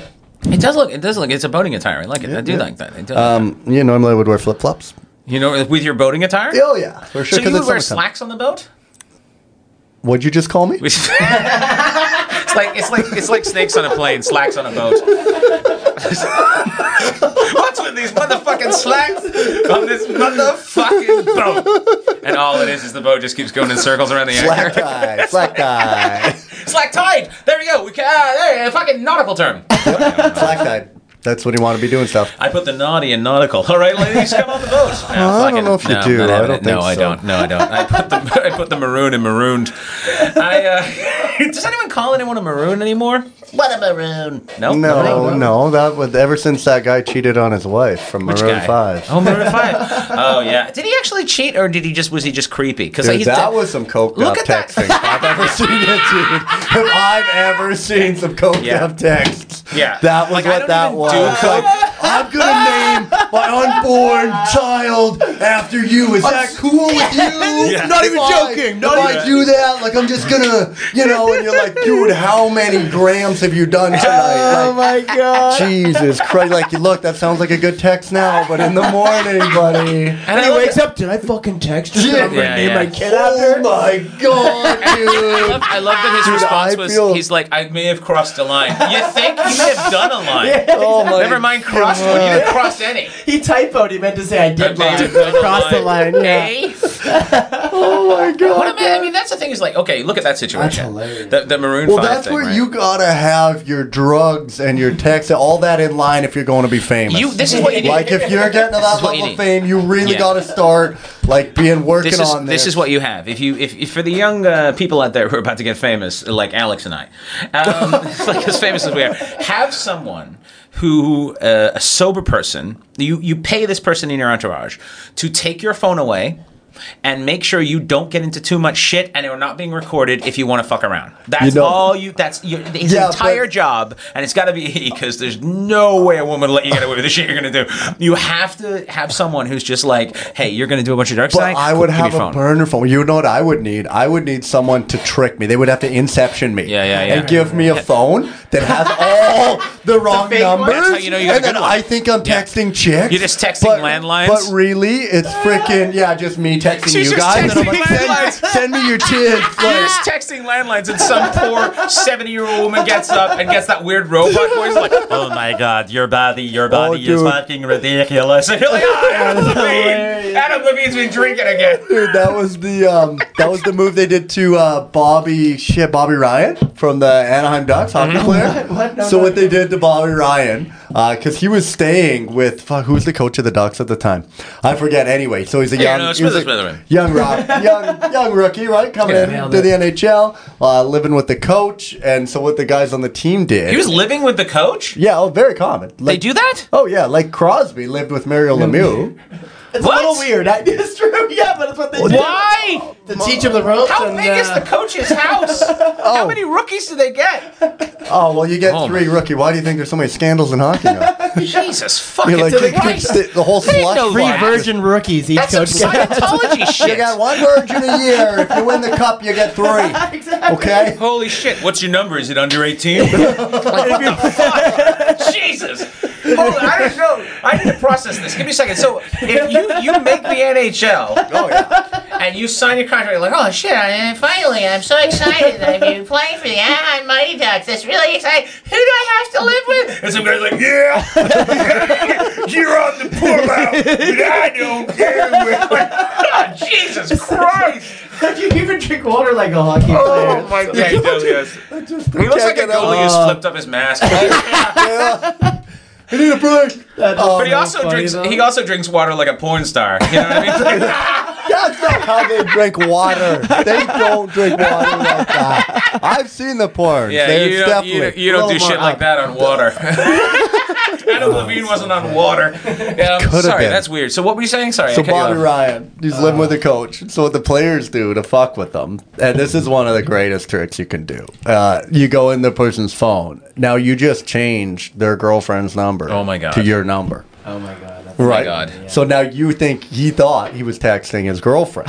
Speaker 1: It does look. It does look. It's a boating attire. I like it. I do
Speaker 3: yeah.
Speaker 1: like that. I do like
Speaker 3: Um, you normally would wear flip flops.
Speaker 1: that. You know, with your boating attire.
Speaker 3: Oh yeah, for sure.
Speaker 1: so you
Speaker 3: 'cause
Speaker 1: would
Speaker 3: it's
Speaker 1: wear
Speaker 3: summertime.
Speaker 1: slacks on the boat?
Speaker 3: What'd you just call me?
Speaker 1: [laughs] it's like it's like it's like snakes on a plane, slacks on a boat. [laughs] What's with these motherfucking slacks on this motherfucking boat? And all it is is the boat just keeps going in circles around the
Speaker 3: [laughs] Slack
Speaker 1: anchor.
Speaker 3: tie, slack [laughs] tie,
Speaker 1: Slack tide. There you go. We can, uh, there, a fucking nautical term.
Speaker 3: slack tie. That's what he want to be doing stuff.
Speaker 1: I put the naughty in nautical. All right, ladies, come on the
Speaker 3: [laughs]
Speaker 1: boat. No,
Speaker 3: I don't know if you
Speaker 1: no,
Speaker 3: do.
Speaker 1: I'm not
Speaker 3: I
Speaker 1: having
Speaker 3: don't
Speaker 1: it. no,
Speaker 3: think
Speaker 1: I
Speaker 3: so.
Speaker 1: don't. No, I don't. I put the [laughs] I put the maroon in marooned. I, uh, [laughs] does anyone call anyone a maroon anymore? What a maroon. No,
Speaker 3: No, no, that was ever since that guy cheated on his wife from
Speaker 1: Which
Speaker 3: Maroon
Speaker 1: guy?
Speaker 3: Five.
Speaker 1: Oh,
Speaker 3: [laughs]
Speaker 1: Maroon Five. oh yeah. Did he actually cheat, or did he just was he just creepy? Because
Speaker 3: Dude, that was some coked
Speaker 1: Look
Speaker 3: up
Speaker 1: at that.
Speaker 3: texting. If I've ever [laughs] seen it, dude. If I've ever seen some coked
Speaker 1: Yeah.
Speaker 3: up texts,
Speaker 1: Yeah.
Speaker 3: that was
Speaker 1: Like, I
Speaker 3: what
Speaker 1: don't
Speaker 3: that
Speaker 1: even
Speaker 3: was.
Speaker 1: do
Speaker 3: It's
Speaker 1: coke.
Speaker 3: like, I'm gonna name my unborn child after you. Is that cool with you?
Speaker 1: [laughs] Yeah.
Speaker 3: Not even joking. Not if I do that, like I'm just gonna, you know. And you're like, dude, how many grams have you done tonight?
Speaker 1: Oh
Speaker 2: [laughs]
Speaker 3: Like,
Speaker 2: my god.
Speaker 3: Jesus Christ! Like, look, that sounds like a good text now, but in the morning,
Speaker 1: [laughs]
Speaker 3: buddy.
Speaker 2: And he
Speaker 1: I love
Speaker 2: wakes up. Did I fucking text you?
Speaker 3: Yeah.
Speaker 2: I'm gonna
Speaker 1: Yeah,
Speaker 2: name
Speaker 1: yeah.
Speaker 2: my kid
Speaker 3: Oh
Speaker 2: after.
Speaker 3: my
Speaker 1: [laughs]
Speaker 3: God,
Speaker 1: I
Speaker 3: dude!
Speaker 1: love, I love that his
Speaker 3: Dude,
Speaker 1: response
Speaker 3: I
Speaker 1: was
Speaker 3: feel-
Speaker 1: he's like, I may have crossed a line. You think you may have done a
Speaker 2: [laughs]
Speaker 3: [laughs]
Speaker 1: line?
Speaker 3: Oh my
Speaker 1: Never mind crossed one. You didn't cross any.
Speaker 2: He typoed. He meant to say I did
Speaker 1: I
Speaker 2: mine.
Speaker 1: made it.
Speaker 2: Crossed the line. Yeah.
Speaker 1: [laughs] Eh?
Speaker 3: Oh my god.
Speaker 1: What am I, I mean, that's the thing. Is like, okay, look at that situation.
Speaker 2: hilarious.
Speaker 1: The, the maroon.
Speaker 3: well,
Speaker 1: five
Speaker 3: that's
Speaker 1: thing,
Speaker 3: where
Speaker 1: right?
Speaker 3: you gotta have your drugs and your text and all that in line if you're going to be famous.
Speaker 1: You- This is what you need.
Speaker 3: like if you're getting to that
Speaker 1: is what you
Speaker 3: level
Speaker 1: need.
Speaker 3: of fame, you really
Speaker 1: Yeah.
Speaker 3: gotta start like being working
Speaker 1: this is
Speaker 3: on this.
Speaker 1: this is what you have. If you if, if for the young uh, people out there who are about to get famous, like Alex and I,
Speaker 3: [laughs]
Speaker 1: um, [laughs] like as famous as we are, have someone who uh, a sober person. You you pay this person in your entourage to take your phone away. And make sure you don't get into too much shit, and you're not being recorded if you want to fuck around. That's
Speaker 3: You know-
Speaker 1: all you. That's your, his
Speaker 3: Yeah,
Speaker 1: entire
Speaker 3: but-
Speaker 1: job, and it's got to be [laughs] because there's no way a woman will let you get away with the shit you're gonna do. You have to have someone who's just like, "Hey, you're gonna do a bunch of dark
Speaker 3: But
Speaker 1: Thank-
Speaker 3: I would
Speaker 1: give me
Speaker 3: have a
Speaker 1: phone.
Speaker 3: burner phone. You know what I would need? I would need someone to trick me. They would have to inception me.
Speaker 1: Yeah, yeah, yeah.
Speaker 3: And give me a phone that has
Speaker 1: [laughs]
Speaker 3: all the wrong
Speaker 2: fake one?
Speaker 3: numbers.
Speaker 1: That's how you know you got a
Speaker 3: and
Speaker 1: good
Speaker 3: then
Speaker 1: one.
Speaker 3: I think I'm
Speaker 1: Yeah.
Speaker 3: texting chicks.
Speaker 1: You're just texting
Speaker 3: but-
Speaker 1: landlines?
Speaker 3: But really, it's freaking, yeah, just me texting
Speaker 1: She's just
Speaker 3: you guys. and
Speaker 1: texting
Speaker 3: I'm like, send,
Speaker 1: landlines. [laughs]
Speaker 3: send me your kids.
Speaker 1: You're
Speaker 3: Like,
Speaker 1: just texting landlines, and some poor seventy-year-old woman gets up and gets that weird robot voice, like, [laughs] "Oh my god, your body, your body is
Speaker 3: Oh, dude.
Speaker 1: fucking ridiculous." [laughs] And you're like, "Ah, Adam Levine, Adam Levine's been drinking again."
Speaker 3: Dude, that was the um, that was the move they did to uh, Bobby shit Bobby Ryan from the Anaheim Ducks hockey player.
Speaker 2: Mm-hmm. What? No,
Speaker 3: so
Speaker 2: no,
Speaker 3: what they did to Bobby Ryan because he was staying with fuck, who was the coach of the Ducks at the time? I forget. Anyway, so he's a young,
Speaker 1: no, it's
Speaker 3: he was a
Speaker 1: Smithers, by the way.
Speaker 3: young
Speaker 1: [laughs]
Speaker 3: rock, young young rookie, right? Coming
Speaker 1: Yeah.
Speaker 3: in to the NHL, uh, living with the coach, and so what the guys on the team did?
Speaker 1: He was living with the coach.
Speaker 3: yeah, oh, very common.
Speaker 1: They
Speaker 3: Like,
Speaker 1: do that?
Speaker 3: Oh yeah, like Crosby lived with Mario Lemieux.
Speaker 2: It's
Speaker 1: What?
Speaker 2: a little weird. [laughs] I, it's true. Yeah, but it's what they do.
Speaker 1: Why?
Speaker 2: To teach him the ropes.
Speaker 1: How
Speaker 2: and,
Speaker 1: big is
Speaker 2: uh,
Speaker 1: the coach's
Speaker 3: [laughs]
Speaker 1: house? How many rookies do they get?
Speaker 3: Oh well, you get
Speaker 1: Oh,
Speaker 3: three rookie. Why do you think there's so many scandals in hockey now?
Speaker 1: Jesus fucking
Speaker 3: You're like,
Speaker 1: like,
Speaker 3: you
Speaker 1: Christ!
Speaker 3: the, the whole slush
Speaker 1: no
Speaker 3: fund.
Speaker 1: lie.
Speaker 2: Three virgin rookies each
Speaker 1: That's some [laughs]
Speaker 2: coach gets.
Speaker 3: [laughs]
Speaker 1: Scientology
Speaker 3: You got
Speaker 1: shit.
Speaker 3: one virgin a year. If you win the cup, you get [laughs] three.
Speaker 2: [laughs] Exactly.
Speaker 3: Okay.
Speaker 1: Holy shit! What's your number? Is it under [laughs] eighteen? [laughs] Jesus. Hold on, I don't know. I need to process this. Give me a second. So if you, you make the NHL
Speaker 3: Oh yeah.
Speaker 1: and you sign your contract, you're like, oh shit, I, finally, I'm so excited. I've been playing for the Anaheim Mighty Ducks. It's really exciting. Who do I have to live with? And some guy's like, yeah, [laughs] you're on the pull out, but I don't care. [laughs] oh, Jesus Christ.
Speaker 2: [laughs] you even drink water like a hockey
Speaker 1: Oh
Speaker 2: player?
Speaker 1: my God. He does, yes. He looks like a
Speaker 3: Check it out.
Speaker 1: goalie who's
Speaker 3: [laughs]
Speaker 1: flipped up his mask.
Speaker 3: You need a break.
Speaker 2: That's
Speaker 3: Oh,
Speaker 1: But he also
Speaker 2: funny,
Speaker 1: drinks.
Speaker 2: though.
Speaker 1: He also drinks water like a porn star. You know what I mean?
Speaker 3: [laughs]
Speaker 1: Like,
Speaker 3: That's not how they drink water. They don't drink water like that. I've seen the porn.
Speaker 1: yeah,
Speaker 3: There's
Speaker 1: you don't,
Speaker 3: definitely
Speaker 1: you don't, you don't do
Speaker 2: little
Speaker 1: shit
Speaker 2: more
Speaker 1: like
Speaker 2: up.
Speaker 1: that on water. [laughs]
Speaker 3: [laughs]
Speaker 1: Adam Levine wasn't on water. Yeah, I'm
Speaker 3: Could've
Speaker 1: sorry,
Speaker 3: been.
Speaker 1: that's weird. So what were you saying? Sorry,
Speaker 3: So
Speaker 1: I cut you
Speaker 3: Bobby
Speaker 1: off.
Speaker 3: Ryan, he's living with a
Speaker 1: Uh.
Speaker 3: coach. So what the players do to fuck with them, and this is one of the greatest tricks you can do. Uh, you go in the person's phone. Now you just change their girlfriend's number.
Speaker 1: Oh my God.
Speaker 3: To your number.
Speaker 2: Oh my god. That's [laughs]
Speaker 3: Right.
Speaker 1: God.
Speaker 3: So now you think he thought he was texting
Speaker 1: [laughs]
Speaker 3: his girlfriend.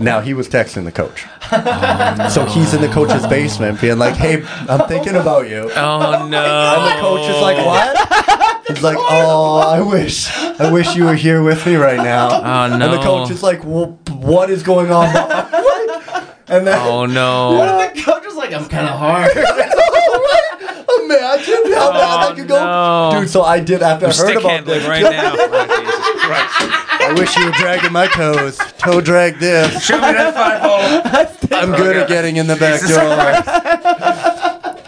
Speaker 3: now he was texting the coach.
Speaker 1: Oh,
Speaker 3: So he's in the coach's basement being like, hey, I'm thinking about you.
Speaker 1: Oh no!
Speaker 3: [laughs] And the coach is like, [laughs] what? Oh. He's like, oh, I wish, I wish you were here with me right now.
Speaker 1: Oh,
Speaker 3: And the
Speaker 1: no.
Speaker 3: coach is like, well, what is going on?
Speaker 1: [laughs]
Speaker 3: What? And then
Speaker 1: Oh no!
Speaker 2: The coach was like, I'm kind of hard.
Speaker 3: imagine how bad that could go,
Speaker 1: Oh. no.
Speaker 3: dude. So I did after I heard
Speaker 1: Stick
Speaker 3: about
Speaker 1: handling
Speaker 3: this. [laughs]
Speaker 1: right now. Oh, Jesus Christ.
Speaker 3: I wish you were dragging my toes. Toe drag [laughs] this.
Speaker 1: Show me that five hole.
Speaker 3: I'm good at getting in the back
Speaker 1: [laughs]
Speaker 3: door.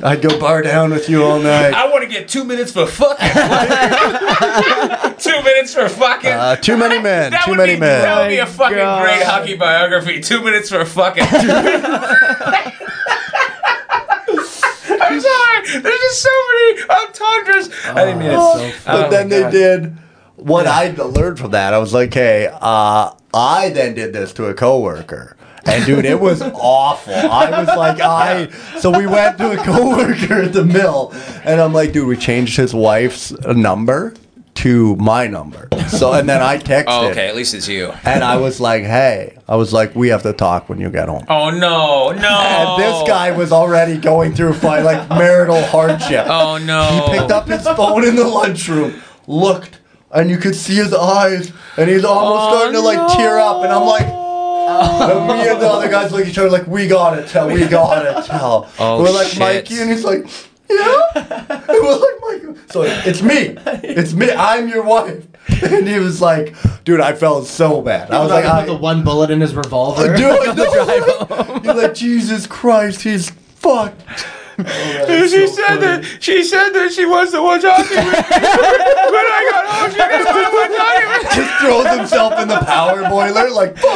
Speaker 3: I'd go bar down with you all night.
Speaker 1: I want to get two minutes for fucking. [laughs] two minutes for fucking.
Speaker 3: Uh, too
Speaker 1: [laughs]
Speaker 3: many men.
Speaker 1: that
Speaker 3: Too
Speaker 1: would
Speaker 3: many
Speaker 1: be, That
Speaker 3: men.
Speaker 1: would be a fucking
Speaker 2: God.
Speaker 1: great hockey biography. Two minutes for
Speaker 3: [laughs]
Speaker 1: fucking. [laughs] I'm sorry. There's just so many entendres. I didn't mean it. Oh
Speaker 3: but then they did what I learned from that. I was like, hey, uh, I then did this to a coworker. And dude,
Speaker 1: [laughs]
Speaker 3: it was awful. I was like, I. So we went to a coworker at the mill, and I'm like, dude, we changed his wife's number to my number. So and then I texted,
Speaker 1: Oh, okay. At least it's you.
Speaker 3: and I was like, hey, I was like, we have to talk when you get home.
Speaker 1: Oh no, no.
Speaker 3: And
Speaker 1: Oh.
Speaker 3: this guy was already going through fi- like marital hardship.
Speaker 1: Oh no.
Speaker 3: Picked up his phone in the lunchroom, looked, and you could see his eyes, and he's
Speaker 1: Oh,
Speaker 3: almost starting to like tear up. And I'm like, and me and the other guys look at each other like, we gotta tell, we gotta tell.
Speaker 1: Oh,
Speaker 3: we're like
Speaker 1: shit.
Speaker 3: Mikey, and he's like, yeah. And we're like Mikey, so it's me, it's me, I'm your wife. And he was like, dude, I felt so bad. I was like, I,
Speaker 2: put the one bullet in his revolver.
Speaker 3: dude, no. You're like, Jesus Christ, he's fucked.
Speaker 1: she said that she said that she wants to watch hockey with me. [laughs] but I got home, she didn't want to watch hockey with me.
Speaker 3: Just throws himself in the power boiler, like, fuck.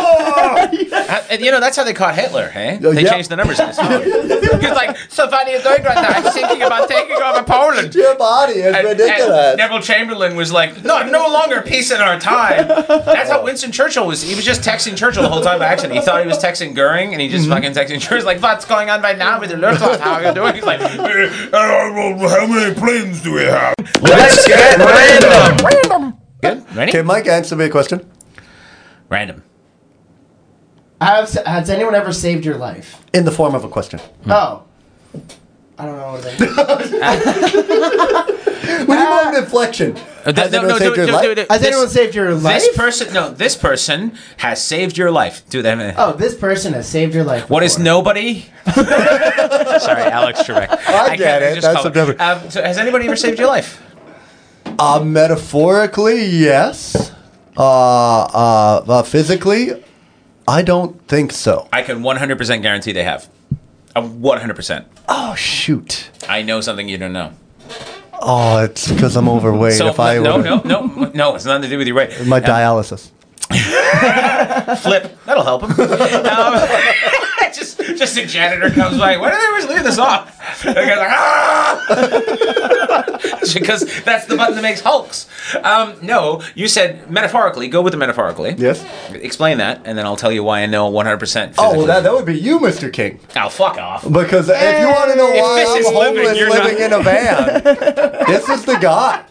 Speaker 1: Uh, and, you know, that's how they caught Hitler, hey?
Speaker 3: Oh,
Speaker 1: They
Speaker 3: yeah.
Speaker 1: changed the numbers in his phone. He's like, so funny is doing right now. I'm thinking about taking over Poland.
Speaker 3: Your body is
Speaker 1: And- and
Speaker 3: ridiculous.
Speaker 1: Neville Chamberlain was like, "No, I'm no longer a piece in our time." That's how Winston Churchill was. He was just texting Churchill the whole time. by accident. he thought he was texting Goering, and he just fucking texting Churchill. Like, what's going on right now with the Luftwaffe? How are you doing? He's like,
Speaker 5: How many planes do we have?
Speaker 1: "Let's get random." Good. Ready?
Speaker 3: Can Mike answer me a question?
Speaker 1: Random.
Speaker 2: Has, has anyone ever saved your life?
Speaker 3: In the form of a question.
Speaker 2: Oh. I don't know what it is.
Speaker 3: When you want an inflection, has
Speaker 1: Uh, no,
Speaker 3: anyone
Speaker 1: no,
Speaker 3: saved
Speaker 1: do it,
Speaker 3: your
Speaker 1: do it,
Speaker 3: life?
Speaker 1: do it, do it.
Speaker 2: Has
Speaker 1: This-
Speaker 2: anyone saved your life?
Speaker 1: This person, no, this person has saved your life. Do that. man.
Speaker 2: oh, this person has saved your life.
Speaker 1: What is [laughs]
Speaker 2: before.
Speaker 1: nobody? Sorry, Alex Trebek. I,
Speaker 3: get
Speaker 1: can't
Speaker 3: it.
Speaker 1: just
Speaker 3: That's
Speaker 1: call
Speaker 3: a different-
Speaker 1: Um, so has anybody ever saved your life?
Speaker 3: Uh, metaphorically, yes. Uh, uh, uh, physically, I don't think so.
Speaker 1: I can 100% guarantee they have. Uh, 100%.
Speaker 3: Oh, shoot.
Speaker 1: I know something you don't know.
Speaker 3: Oh, it's because I'm overweight.
Speaker 1: So
Speaker 3: if I
Speaker 1: no,
Speaker 3: were-
Speaker 1: no, no, no, It's nothing to do with your weight.
Speaker 3: [laughs] My dialysis.
Speaker 1: Flip. That'll help [laughs] him. um, just, just a janitor comes by. Why do they always leave this off? [laughs] The guy's like, ah! [laughs] because that's the button that makes hulks. Um, no, you said metaphorically. Go with the metaphorically.
Speaker 3: Yes.
Speaker 1: Explain that, and then I'll tell you why I know 100% physically.
Speaker 3: Oh, well, that, that would be you, Mr. King.
Speaker 1: Oh, fuck off.
Speaker 3: Because if you want to know
Speaker 1: If
Speaker 3: why
Speaker 1: this
Speaker 3: I'm
Speaker 1: is living,
Speaker 3: homeless living,
Speaker 1: you're not-
Speaker 3: in a van,
Speaker 1: [laughs]
Speaker 3: this is the guy.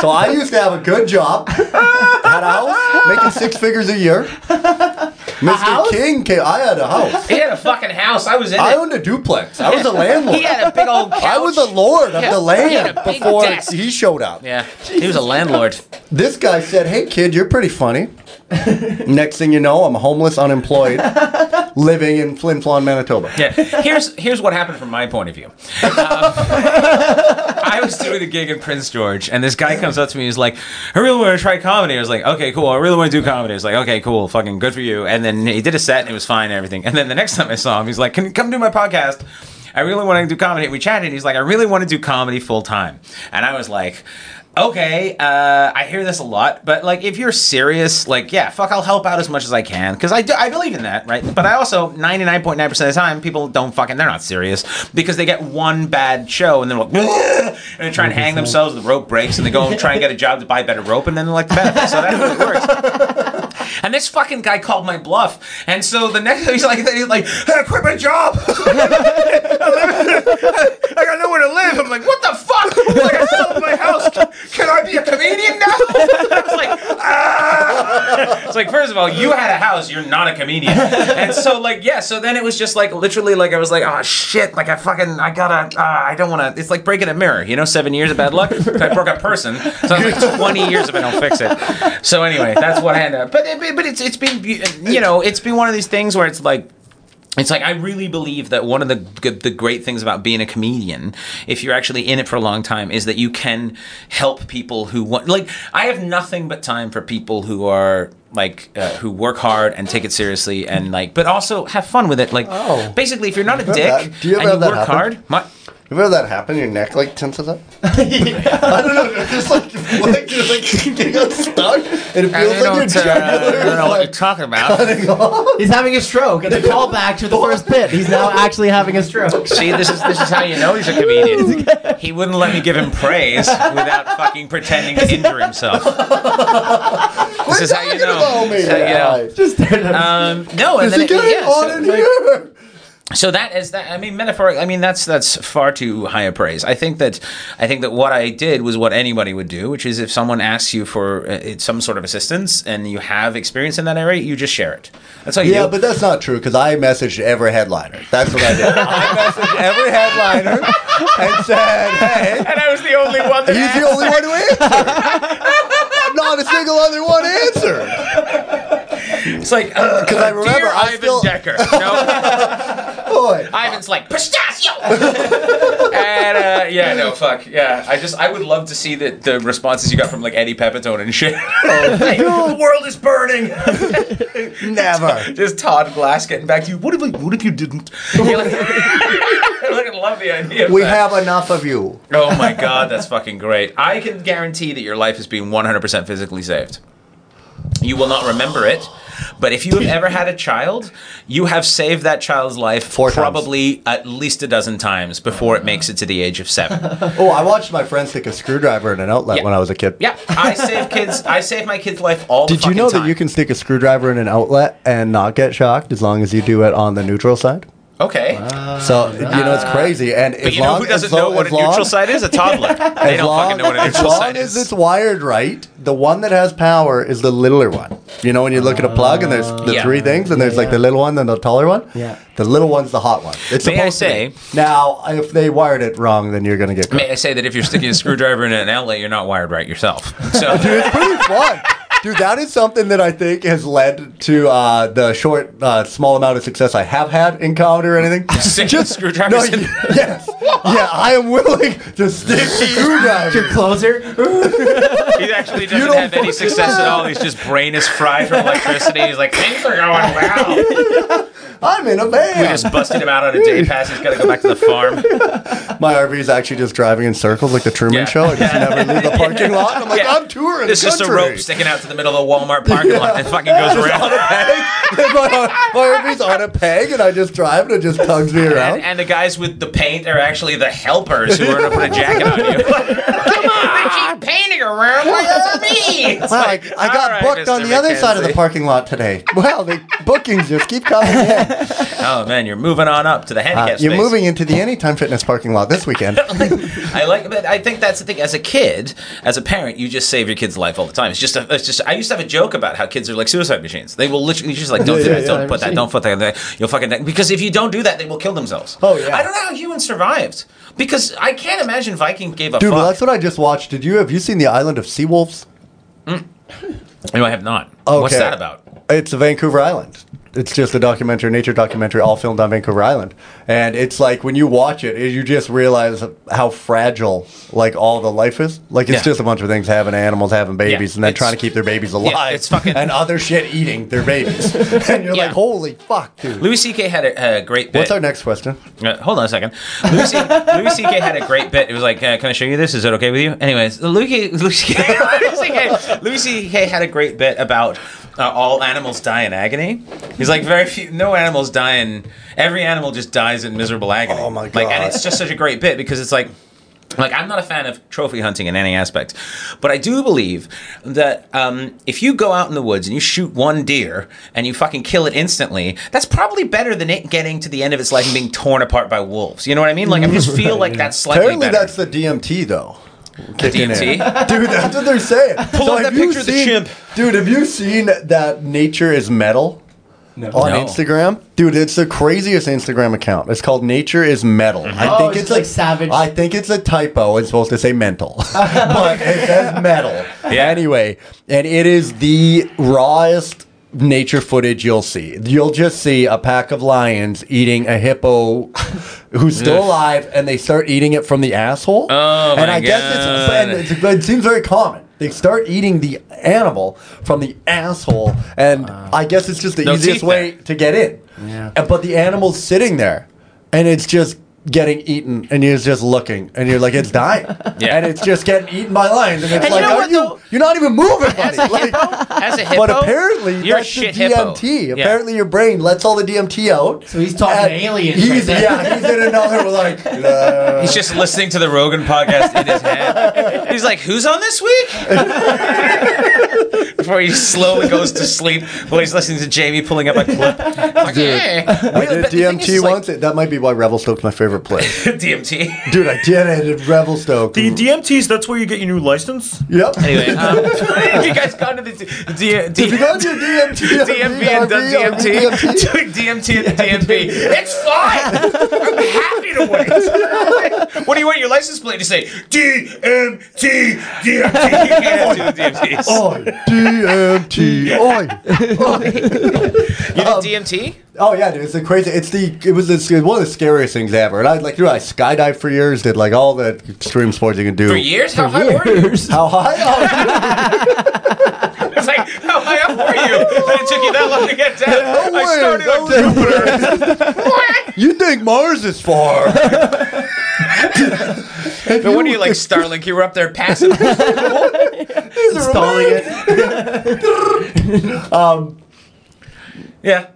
Speaker 3: So I used to have a good job, had a house, making six figures
Speaker 1: [laughs]
Speaker 3: a year. Mr.
Speaker 2: house?
Speaker 3: King came. I had
Speaker 1: [laughs]
Speaker 3: a house.
Speaker 1: He had a fucking house. I was in
Speaker 3: I
Speaker 1: it.
Speaker 3: owned a duplex. I was a landlord.
Speaker 1: [laughs] He had a big old couch.
Speaker 3: I was the lord of
Speaker 1: Yeah.
Speaker 3: the
Speaker 1: He had
Speaker 3: land
Speaker 1: a big
Speaker 3: before
Speaker 1: desk.
Speaker 3: he showed up.
Speaker 1: Yeah, he was a landlord.
Speaker 3: This guy said, "Hey kid, you're pretty
Speaker 1: [laughs]
Speaker 3: funny." Next thing you know, I'm homeless, unemployed, living in Flin Flon, Manitoba.
Speaker 1: Yeah. Here's here's what happened from my point of view. Um, [laughs] I was doing a gig in Prince George, and this guy comes up to me. He's like, "I really want to try comedy." I was like, "Okay, cool. I really want to do comedy." I was like, "Okay, cool. Fucking good for you." And then he did a set, and it was fine and everything. And then the next time I saw him, he's like, "Can you come do my podcast?" I really want to do comedy. And we chatted. And he's like, "I really want to do comedy full time," and I was like. Okay, uh, I hear this a lot, but like, if you're serious, like, yeah, fuck, I'll help out as much as I can because I do, I believe in that, right? But I also 99.9% of the time, people don't fucking, they're not serious because they get one bad show and they're like, "Ugh," and they try and hang themselves, the rope breaks, and they go and try and get a job to buy better rope, and then they're like, the benefits. So that really works. And this fucking guy called my bluff. And so the next [laughs] he's like, he's like, hey, I quit my job.
Speaker 6: [laughs]
Speaker 1: [laughs] I got nowhere to live. I'm like, what the fuck? Like, I sold my house.
Speaker 6: Can I be a comedian now? [laughs] I was like, ah. It's like, first of all, you had a house. You're not a comedian. And so, like, yeah. So then it was just like, literally, like, I was like, oh shit. Like, I fucking, I gotta, uh, I don't want to. It's like breaking a mirror. You know, seven years of bad [laughs] luck. I broke a person. So I was like, twenty years if I don't fix it. So anyway, that's what I ended up. But it, but it's it's been, you know, it's been one of these things where it's like. It's like I really believe that one of the g- the great things about being a comedian, if you're actually in it for a long time, is that you can help people who want. Like I have nothing but time for people who are like uh, who work hard and take it seriously and like, but also have fun with it. Like
Speaker 3: Oh.
Speaker 6: basically, if you're not a
Speaker 3: Remember
Speaker 6: dick
Speaker 3: that. Do you ever
Speaker 6: and you
Speaker 3: have that
Speaker 6: work
Speaker 3: happen?
Speaker 6: hard, my,
Speaker 3: You ever that happen? Your neck like tenses up? [laughs] I don't know. It's just like, [laughs] like you're like [laughs] you got stuck, and it feels
Speaker 1: I
Speaker 3: like your
Speaker 1: don't, uh, I don't know
Speaker 3: jugular is
Speaker 1: what you're
Speaker 3: like
Speaker 1: talking about.
Speaker 3: [laughs] cutting off.
Speaker 2: He's having a stroke. [laughs] It's a callback to the first bit. He's now actually having a stroke.
Speaker 1: See, this is this is how you know he's a comedian. He wouldn't let me give him praise without fucking pretending to injure himself. This is how you
Speaker 3: Talking
Speaker 1: know.
Speaker 3: about me.
Speaker 1: This is how you know.
Speaker 2: [laughs]
Speaker 3: Just
Speaker 2: Just turn it-
Speaker 1: Um, no, and
Speaker 3: is
Speaker 1: then
Speaker 3: he
Speaker 1: it,
Speaker 3: getting
Speaker 1: yeah,
Speaker 3: on
Speaker 1: so,
Speaker 3: in
Speaker 1: like,
Speaker 3: here?
Speaker 1: so that is that. I mean, metaphoric. I mean, that's that's far too high a praise. I think that I think that what I did was what anybody would do, which is if someone asks you for uh, some sort of assistance and you have experience in that area, you just share it. That's all you
Speaker 3: Yeah,
Speaker 1: do.
Speaker 3: but that's not true because I messaged every headliner. That's what I did.
Speaker 1: [laughs]
Speaker 3: I messaged every headliner and said, "Hey,
Speaker 6: and I was the only one that.
Speaker 3: he's the only one who answered. not a single other one answered."
Speaker 1: it's
Speaker 3: [laughs]
Speaker 1: like because
Speaker 3: I remember
Speaker 1: Dear
Speaker 3: I
Speaker 1: Ivan
Speaker 3: still-
Speaker 1: Decker. No,
Speaker 3: Boy,
Speaker 1: Ivan's like
Speaker 3: [laughs]
Speaker 1: pistachio. and uh, yeah, no, fuck, yeah. I just I would love to see the, the responses you got from like Eddie Pepitone and
Speaker 3: [laughs]
Speaker 1: shit.
Speaker 3: Oh,
Speaker 1: Like, "Oh, the world is burning. [laughs]
Speaker 3: never.
Speaker 1: Just Todd Glass getting back to you. What if I- what if you
Speaker 3: [laughs]
Speaker 1: didn't? [laughs] You're like, I fucking love the idea. of
Speaker 3: We
Speaker 1: that.
Speaker 3: have enough of you.
Speaker 1: Oh my god, that's fucking great. I can guarantee that your life is being 100% physically saved. You will not remember it, but if you have ever had a child, you have saved that child's life
Speaker 3: Four times.
Speaker 1: probably at least a dozen times before it makes it to the age of
Speaker 3: [laughs]
Speaker 1: seven.
Speaker 3: Oh, I watched my friends stick a screwdriver in an outlet
Speaker 1: Yeah.
Speaker 3: when I was a kid.
Speaker 1: yeah, I save kids. I save my kid's life all. the
Speaker 3: Did you
Speaker 1: fucking
Speaker 3: know that
Speaker 1: time.
Speaker 3: you can stick a screwdriver in an outlet and not get shocked as long as you do it on the neutral side?
Speaker 1: Okay,
Speaker 3: So you know it's crazy, and
Speaker 1: Uh, but
Speaker 3: as
Speaker 1: you know
Speaker 3: long
Speaker 1: who doesn't
Speaker 3: as lo-
Speaker 1: know what
Speaker 3: as
Speaker 1: a neutral
Speaker 3: long-
Speaker 1: site is? A
Speaker 3: [laughs]
Speaker 1: toddler. They
Speaker 3: As
Speaker 1: don't
Speaker 3: long,
Speaker 1: fucking know what a
Speaker 3: as
Speaker 1: neutral
Speaker 3: long
Speaker 1: site
Speaker 3: as
Speaker 1: is.
Speaker 3: it's wired right, the one that has power is the littler one. You know, when you look at a plug and there's the
Speaker 1: Yeah.
Speaker 3: three things, and there's like the little one, then the taller one.
Speaker 2: Yeah.
Speaker 3: the little one's the hot one. It's
Speaker 1: May I
Speaker 3: supposed to be.
Speaker 1: say-
Speaker 3: now if they wired it wrong, then you're gonna get.
Speaker 1: May I say that if you're
Speaker 3: [laughs]
Speaker 1: sticking a screwdriver in an outlet, you're not wired right yourself. So
Speaker 3: Dude, it's pretty fun. Dude, that is something that I think has led to uh, the short, uh, small amount of success I have had in comedy or
Speaker 1: [laughs]
Speaker 3: anything.
Speaker 1: Stick
Speaker 3: No,
Speaker 1: screwdrivers in- [laughs]
Speaker 3: y- yes, yeah, I am willing to stick
Speaker 2: Your
Speaker 3: screwdriver.
Speaker 2: Uh, closer.
Speaker 1: He actually doesn't
Speaker 3: don't
Speaker 1: have any success at all. He's just brain is fried from electricity. He's like, things are going well. We
Speaker 3: I'm in a van.
Speaker 1: just busted him out on a day pass. He's got to go back to the farm.
Speaker 3: My RV is actually just driving in circles like the Truman
Speaker 1: Yeah.
Speaker 3: Show. I just never leave the parking lot. I'm like,
Speaker 1: Yeah.
Speaker 3: I'm touring.
Speaker 1: It's
Speaker 3: the
Speaker 1: just a
Speaker 3: country. [laughs]
Speaker 1: rope sticking out to the middle of the Walmart parking lot and fucking goes around.
Speaker 3: my, my RV's on a peg, and I just drive, and it just tugs me around.
Speaker 1: And, and the guys with the paint are actually the helpers who are going to put a jacket on you. Come on, they keep painting around my RV. It's
Speaker 3: Wow,
Speaker 1: like,
Speaker 3: I, I got
Speaker 1: all right,
Speaker 3: booked on
Speaker 1: Mr.
Speaker 3: the other side of the
Speaker 1: McKenzie.
Speaker 3: parking lot today. [laughs] Wow, the bookings just keep
Speaker 1: [laughs]
Speaker 3: coming in.
Speaker 1: Oh man, you're moving on up to the handicap
Speaker 3: Uh, you're
Speaker 1: space.
Speaker 3: moving into the Anytime Fitness parking lot this
Speaker 1: [laughs]
Speaker 3: weekend.
Speaker 1: I like, but I think that's the thing. As a kid, as a parent, you just save your kid's life all the time. It's just, a, it's just. I used to have a joke about how kids are like suicide machines. They will literally you're just like, don't
Speaker 3: Yeah,
Speaker 1: do
Speaker 3: yeah,
Speaker 1: that,
Speaker 3: yeah,
Speaker 1: don't
Speaker 3: I've
Speaker 1: put that,
Speaker 3: seen
Speaker 1: don't put that, that. You'll fucking die. because if you don't do that, they will kill themselves.
Speaker 3: Oh, yeah.
Speaker 1: I don't know how humans survived because I can't imagine Viking gave a
Speaker 3: Dude, well,
Speaker 1: fuck.
Speaker 3: that's what I just watched. Did you have you seen the Island of Seawolves?
Speaker 1: no, I have not. What's
Speaker 3: Okay.
Speaker 1: that about?
Speaker 3: It's a Vancouver Island. It's just a documentary, nature documentary, all filmed on Vancouver Island. And it's like when you watch it, you just realize how fragile like all the life is. Like it's
Speaker 1: Yeah.
Speaker 3: just a bunch of things having animals, having babies,
Speaker 1: Yeah,
Speaker 3: and then
Speaker 1: it's-
Speaker 3: trying to keep their babies alive.
Speaker 1: it's fucking-
Speaker 3: and other shit eating their babies. [laughs] and you're
Speaker 1: Yeah.
Speaker 3: like, holy fuck, dude.
Speaker 1: Louis C.K. had a, a great bit.
Speaker 3: What's our next question?
Speaker 1: Uh, hold on a second. Louis,
Speaker 3: [laughs]
Speaker 1: C- Louis C.K. had a great bit. It was like, uh, "Can I show you this? Is it okay with you?" Anyways, Louis C.K. Louis [laughs] C.K. Louis C.K. Louis C.K. had a great bit about uh, all animals die in agony. He's like, very few, no animals die in. Every animal just dies in miserable agony.
Speaker 3: Oh, my
Speaker 1: Like, and
Speaker 3: God.
Speaker 1: it's just such a great bit because it's like. Like I'm not a fan of trophy hunting in any aspect, but I do believe that um, if you go out in the woods and you shoot one deer and you fucking kill it instantly, that's probably better than it getting to the end of its life and being torn apart by wolves. You know what I mean? Like I just feel like that's slightly
Speaker 3: Apparently
Speaker 1: better.
Speaker 3: that's the DMT though. kicking
Speaker 1: DMT?
Speaker 3: in. [laughs] Dude, that's what
Speaker 7: [laughs]
Speaker 3: they're saying. Pull
Speaker 7: up that picture of the chimp.
Speaker 3: Dude, have you seen that Nature is Metal?
Speaker 2: No.
Speaker 3: On
Speaker 1: No.
Speaker 3: Instagram, dude, it's the craziest Instagram account. It's called Nature is Metal. I
Speaker 7: Mm-hmm.
Speaker 2: Oh, it's just like savage.
Speaker 3: I think it's a typo. It's supposed to say mental, [laughs] but it says metal.
Speaker 1: Yeah.
Speaker 3: Anyway, and it is the rawest nature footage you'll see. You'll just see a pack of lions eating a hippo [laughs] who's still alive, and they start eating it from the asshole.
Speaker 1: Oh,
Speaker 3: and
Speaker 1: my
Speaker 3: I guess it's,
Speaker 1: God.
Speaker 3: and it's, it seems very common. They start eating the animal from the asshole, and I guess it's just the
Speaker 1: No
Speaker 3: easiest
Speaker 1: teeth
Speaker 3: way
Speaker 1: there.
Speaker 3: to get in.
Speaker 2: Yeah.
Speaker 3: And- But the animal's sitting there, and it's just getting eaten, and you're just looking, and you're like, it's dying,
Speaker 1: [laughs] Yeah.
Speaker 3: and it's just getting eaten by lions, and it's
Speaker 1: And you
Speaker 3: like,
Speaker 1: know
Speaker 3: are
Speaker 1: what,
Speaker 3: you?
Speaker 1: though?
Speaker 3: You're not even
Speaker 1: [laughs]
Speaker 3: moving, buddy. Like,
Speaker 1: As a hippo,
Speaker 3: but apparently,
Speaker 1: you're
Speaker 3: that's
Speaker 1: a shit
Speaker 3: the
Speaker 1: hippo.
Speaker 3: DMT.
Speaker 1: Yeah.
Speaker 3: Apparently, your brain lets all the DMT out.
Speaker 2: So he's talking
Speaker 3: and
Speaker 2: aliens
Speaker 3: He's,
Speaker 2: right there.
Speaker 3: Yeah, he's in another
Speaker 1: [laughs]
Speaker 3: like. uh,
Speaker 7: He's just listening to the Rogan podcast in his head.
Speaker 1: He's like, who's on this week? [laughs] Before he slowly goes to sleep while he's listening to Jamie pulling up a clip. Like, yeah.
Speaker 3: I did
Speaker 1: but the thing is,
Speaker 3: DMT
Speaker 1: like- [laughs]
Speaker 3: once. It that might be why Revelstoke's my favorite place.
Speaker 1: DMT.
Speaker 3: Dude, I did it at Revelstoke.
Speaker 8: The DMTs, that's where you get your new license?
Speaker 3: yep.
Speaker 1: Anyway, [laughs] um, have you guys gone to the D- D- D-
Speaker 3: If you go to
Speaker 1: [laughs]
Speaker 3: your DMT,
Speaker 1: DMP and done DMT? Doing [laughs] DMT at the
Speaker 3: [laughs]
Speaker 1: DMP. It's fine. I'm happy to wait. [laughs] what do you want your license plate to say?
Speaker 9: DMT,
Speaker 1: [laughs] You
Speaker 9: DMT.
Speaker 1: can't do DMTs.
Speaker 3: Oi, DMT. Oi.
Speaker 1: you did DMT?
Speaker 3: Oh yeah, dude, it's the crazy. It's the it was the, one of the scariest things ever. And I like, dude, I skydived for years. Did like all the extreme sports you can do.
Speaker 1: For years? How high were you?
Speaker 3: How
Speaker 1: [laughs]
Speaker 3: high? Oh, dude,
Speaker 1: It's like, how high up were [laughs] you? That it took you that long to get down.
Speaker 3: no
Speaker 1: I
Speaker 3: way.
Speaker 1: started
Speaker 3: That
Speaker 1: on
Speaker 3: was- you think Mars
Speaker 1: [laughs]
Speaker 3: is far?
Speaker 1: No wonder you like Starlink. You were up there passing.
Speaker 2: installing it.
Speaker 1: [laughs] yeah.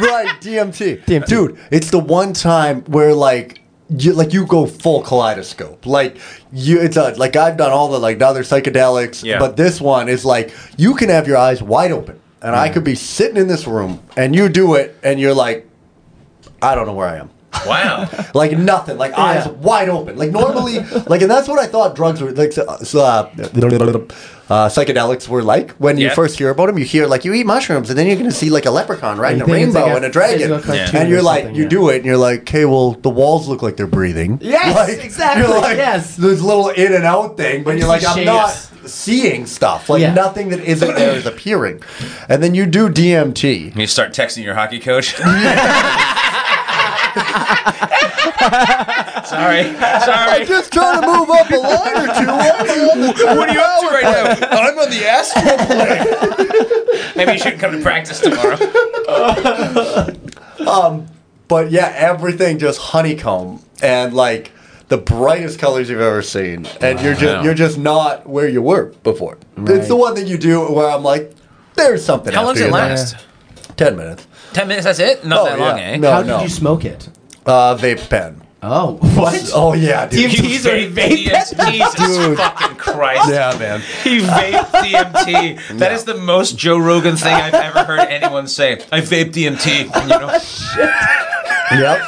Speaker 3: right, DMT.
Speaker 2: DMT.
Speaker 3: Dude, it's the one time where like you like you go full kaleidoscope. Like you it's a, like I've done all the like the other psychedelics,
Speaker 1: Yeah.
Speaker 3: but this one is like you can have your eyes wide open. And I could be sitting in this room and you do it and you're like I don't know where I am.
Speaker 1: Wow.
Speaker 3: Like nothing, like eyes wide open. Like normally,
Speaker 2: [laughs]
Speaker 3: like, and that's what I thought drugs were like. so- so, Uh, uh, psychedelics were like when you
Speaker 1: Yeah.
Speaker 3: first hear about them. You hear like you eat mushrooms, and then you're gonna see like a leprechaun riding
Speaker 2: You
Speaker 3: a
Speaker 2: think it's
Speaker 3: rainbow
Speaker 2: like a
Speaker 3: and a dragon,
Speaker 2: physical cartoon
Speaker 3: and you're
Speaker 2: or
Speaker 3: like,
Speaker 2: something,
Speaker 3: you
Speaker 2: yeah.
Speaker 3: do it, and you're like, okay, well, the walls look like they're breathing.
Speaker 2: Yes,
Speaker 3: [laughs] Like,
Speaker 2: exactly, yes.
Speaker 3: this little in and out thing, but you're like, I'm
Speaker 2: Shapes.
Speaker 3: not seeing stuff. Like
Speaker 2: Yeah.
Speaker 3: nothing that isn't there is appearing, and then you do DMT.
Speaker 1: You start texting your hockey [laughs] coach. sorry, sorry.
Speaker 3: Just trying to move up a line or
Speaker 1: [laughs]
Speaker 3: two.
Speaker 1: What are you up to right now? I'm on the asphalt plane. Maybe you shouldn't come to practice [laughs] tomorrow.
Speaker 3: But yeah, everything just honeycomb and like the brightest colors you've ever seen, and you're just you're just not where you were before. It's the one that you do where I'm like, there's something.
Speaker 1: How long does
Speaker 3: after
Speaker 1: it
Speaker 3: you know.
Speaker 1: last?
Speaker 3: Ten minutes. Oh,
Speaker 1: Ten minutes. That's it. Not that long,
Speaker 3: yeah.
Speaker 1: eh?
Speaker 3: No,
Speaker 2: How
Speaker 3: no.
Speaker 2: did you smoke it?
Speaker 3: uh, vape pen.
Speaker 2: Oh, [laughs] what?
Speaker 3: Oh yeah, dude.
Speaker 2: DMT.
Speaker 1: You
Speaker 2: He's already
Speaker 1: vape DMT. Jesus
Speaker 3: Dude.
Speaker 1: fucking Christ.
Speaker 3: Yeah, man.
Speaker 1: [laughs] He vaped DMT. That is the most Joe Rogan thing I've ever heard anyone say. I vaped DMT. And, you know,
Speaker 3: Yep.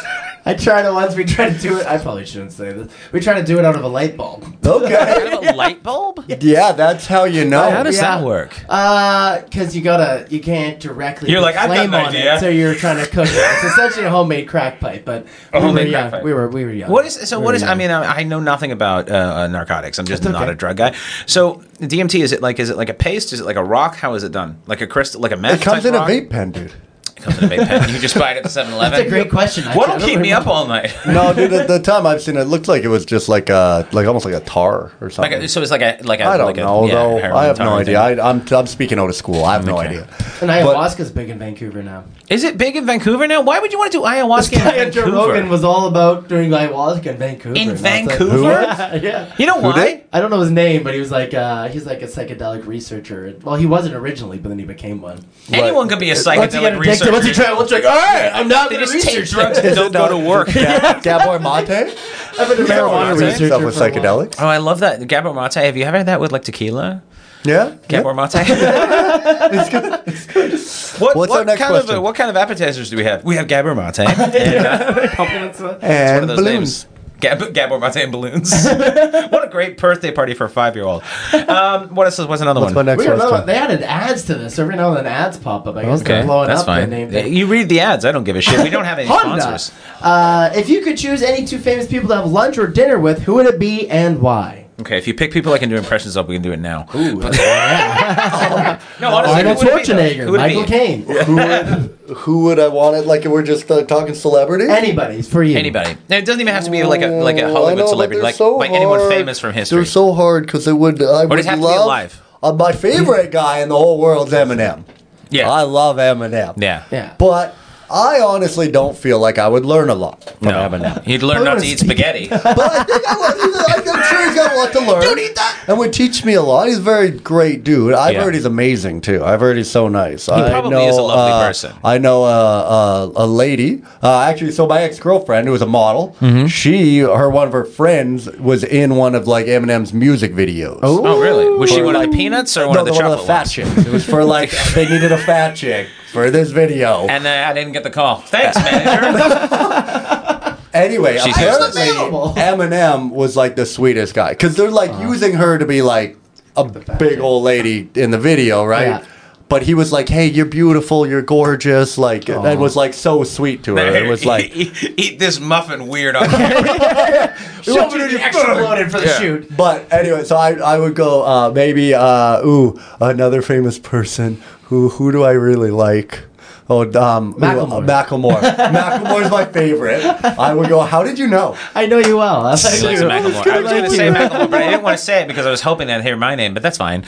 Speaker 2: I tried it once. We tried to do it. I probably shouldn't say this. We tried to do it out of a light bulb.
Speaker 3: Okay.
Speaker 1: out of a light bulb?
Speaker 3: Yeah, that's [laughs] how you know.
Speaker 1: How does
Speaker 2: Yeah.
Speaker 1: that work?
Speaker 2: Uh, because you gotta, you can't directly.
Speaker 1: You're
Speaker 2: put
Speaker 1: like, "I've got
Speaker 2: flame
Speaker 1: an
Speaker 2: on
Speaker 1: idea."
Speaker 2: It, so you're trying to cook it. It's essentially a homemade crack pipe, but we
Speaker 1: homemade
Speaker 2: were
Speaker 1: crack
Speaker 2: young.
Speaker 1: pipe.
Speaker 2: We were, we were young.
Speaker 1: What is so?
Speaker 2: We
Speaker 1: What
Speaker 2: were
Speaker 1: is? I
Speaker 2: young.
Speaker 1: mean, I, I know nothing about uh, uh, narcotics. I'm just
Speaker 2: That's
Speaker 1: not
Speaker 2: okay.
Speaker 1: a drug guy. So DMT is it like? Is it like a paste? Is it like a rock? How is it done? Like a crystal? Like a meth?
Speaker 3: It comes
Speaker 1: type
Speaker 3: in a
Speaker 1: rock?
Speaker 3: vape pen, dude.
Speaker 1: It comes in a vape
Speaker 2: [laughs]
Speaker 1: pen. You just buy it at the 7-Eleven.
Speaker 2: That's a great question, actually. I
Speaker 1: What'll
Speaker 2: don't
Speaker 1: keep me
Speaker 2: remember.
Speaker 1: up all
Speaker 2: [laughs]
Speaker 1: night?
Speaker 3: No, dude. At the time I've seen it, it looked like it was just like a like almost like a tar or
Speaker 1: Like
Speaker 3: something.
Speaker 1: a, so it's like a like a.
Speaker 3: I don't
Speaker 1: like a,
Speaker 3: know
Speaker 1: yeah,
Speaker 3: though.
Speaker 1: heroin
Speaker 3: I have no
Speaker 1: tolerant
Speaker 3: idea.
Speaker 1: thing.
Speaker 3: I, I'm I'm speaking out of school. I have no idea.
Speaker 2: And ayahuasca's big in Vancouver now.
Speaker 1: Is it big in Vancouver now? Why would you want to do ayahuasca in
Speaker 2: Yeah, Joe
Speaker 1: Vancouver?
Speaker 2: Rogan was all about doing ayahuasca in Vancouver.
Speaker 1: in
Speaker 2: and I was like-
Speaker 1: Vancouver.
Speaker 2: Yeah, [laughs] yeah.
Speaker 1: You know why?
Speaker 3: did?
Speaker 2: I don't know his name, but he was like uh, he's like a psychedelic researcher. Well, he wasn't originally, but then he became one.
Speaker 1: Anyone could be a
Speaker 2: Once he got
Speaker 1: psychedelic
Speaker 2: addicted, once he
Speaker 1: researcher.
Speaker 2: tried, once like, all right, I'm not
Speaker 1: They
Speaker 2: going to
Speaker 1: just take
Speaker 2: research
Speaker 1: drugs and don't
Speaker 2: [laughs]
Speaker 1: go to work. [laughs]
Speaker 3: Gab- Gabor Mate?
Speaker 2: I've been a marijuana researcher
Speaker 3: Stuff
Speaker 2: for
Speaker 3: with
Speaker 2: a while.
Speaker 3: psychedelics?
Speaker 1: Oh, I love that. Gabor Mate. Have you ever had that with like tequila?
Speaker 3: Yeah.
Speaker 1: Gabor
Speaker 2: [laughs]
Speaker 1: Mate. What,
Speaker 3: What's
Speaker 1: what
Speaker 3: our next
Speaker 1: kind
Speaker 3: question?
Speaker 1: of uh,
Speaker 2: [laughs]
Speaker 1: what kind of appetizers do we have? We have Gabor Mate.
Speaker 2: Compliments. uh,
Speaker 3: And
Speaker 1: those
Speaker 3: balloons.
Speaker 1: names.
Speaker 10: Gab, Gabor Mate and
Speaker 1: [laughs]
Speaker 10: balloons. what a great birthday party for a five year old. Um, what else? What's another
Speaker 3: What's my
Speaker 10: one?
Speaker 3: next
Speaker 2: We another one.
Speaker 3: question?
Speaker 2: They added ads to this. Every now and then ads pop up. I guess
Speaker 10: Okay,
Speaker 2: they're blowing
Speaker 1: that's
Speaker 2: up
Speaker 1: fine.
Speaker 2: the name. thing.
Speaker 1: You read the ads. I don't give a shit. We don't have any
Speaker 2: Honda.
Speaker 1: sponsors.
Speaker 2: Uh, if you could choose any two famous people to have lunch or dinner with, who would it be
Speaker 1: [laughs]
Speaker 2: and why?
Speaker 1: Okay, if you pick people I can do impressions of, we can do it now.
Speaker 2: Ooh, yeah.
Speaker 1: No, honestly,
Speaker 2: Arnold
Speaker 1: who would it be, though? Who
Speaker 2: Schwarzenegger,
Speaker 1: would it
Speaker 2: Michael
Speaker 1: be?
Speaker 2: Caine,
Speaker 3: who, would, who would I want it? Like we're just uh, talking celebrities.
Speaker 2: anybody for you.
Speaker 1: Anybody. No, it doesn't even have to be like a like a
Speaker 3: Oh, I
Speaker 1: Hollywood
Speaker 3: know, but
Speaker 1: celebrity,
Speaker 3: they're
Speaker 1: like
Speaker 3: so
Speaker 1: like anyone
Speaker 3: hard.
Speaker 1: famous from history.
Speaker 3: They're so hard because they would. I
Speaker 1: does
Speaker 3: would
Speaker 1: it have to be
Speaker 3: love,
Speaker 1: alive?
Speaker 3: Uh, my favorite guy in the whole world's Eminem.
Speaker 1: yeah.
Speaker 3: I love Eminem.
Speaker 1: yeah.
Speaker 2: Yeah.
Speaker 3: But I honestly don't feel like I would learn a lot [laughs] from Eminem.
Speaker 1: He'd learn not to eat spaghetti.
Speaker 3: but I think I would. I'm sure he's got a lot to learn. Don't eat that. And would teach me a lot. He's a very great dude. I've
Speaker 1: Yeah.
Speaker 3: heard he's amazing too. I've heard he's so nice. He I
Speaker 1: probably
Speaker 3: know,
Speaker 1: is a lovely
Speaker 3: uh,
Speaker 1: person.
Speaker 3: I know uh, uh, a lady. Uh, actually, so my ex girlfriend, who was a model,
Speaker 1: Mm-hmm.
Speaker 3: she her one of her friends was in one of like Eminem's music videos.
Speaker 1: oh, really? Was she one of the peanuts or one
Speaker 3: No,
Speaker 1: of the
Speaker 3: the one
Speaker 1: chocolate
Speaker 3: of the fat
Speaker 1: ones?
Speaker 3: chicks. It was for like they needed a fat chick for this video.
Speaker 1: [laughs] And uh, I didn't get the call. Thanks,
Speaker 3: [laughs]
Speaker 1: manager.
Speaker 3: Anyway,
Speaker 1: She's
Speaker 3: apparently
Speaker 2: available. Uh-huh.
Speaker 3: Eminem was like the sweetest guy because they're like using her to be like a big old lady in the video, right?
Speaker 2: Yeah.
Speaker 3: But he was like, "Hey, you're beautiful. You're gorgeous." Like, and was like so sweet to her.
Speaker 1: [laughs]
Speaker 3: It was like,
Speaker 10: eat, eat this muffin weird
Speaker 3: [laughs]
Speaker 10: on camera.
Speaker 2: Show me the extra loaded for the
Speaker 10: Yeah.
Speaker 2: shoot.
Speaker 3: but anyway, so I, I would go uh, maybe uh, ooh another famous person who who do I really like. Oh, um, ooh,
Speaker 2: Macklemore.
Speaker 3: uh,
Speaker 2: [laughs]
Speaker 3: Macklemore. Macklemore is my favorite. I would go. How did you know?
Speaker 2: I know you well. I
Speaker 1: He likes Macklemore. I was going to say Macklemore, but I didn't want to say it because I was hoping I'd hear my name, but that's
Speaker 3: [laughs]
Speaker 1: fine.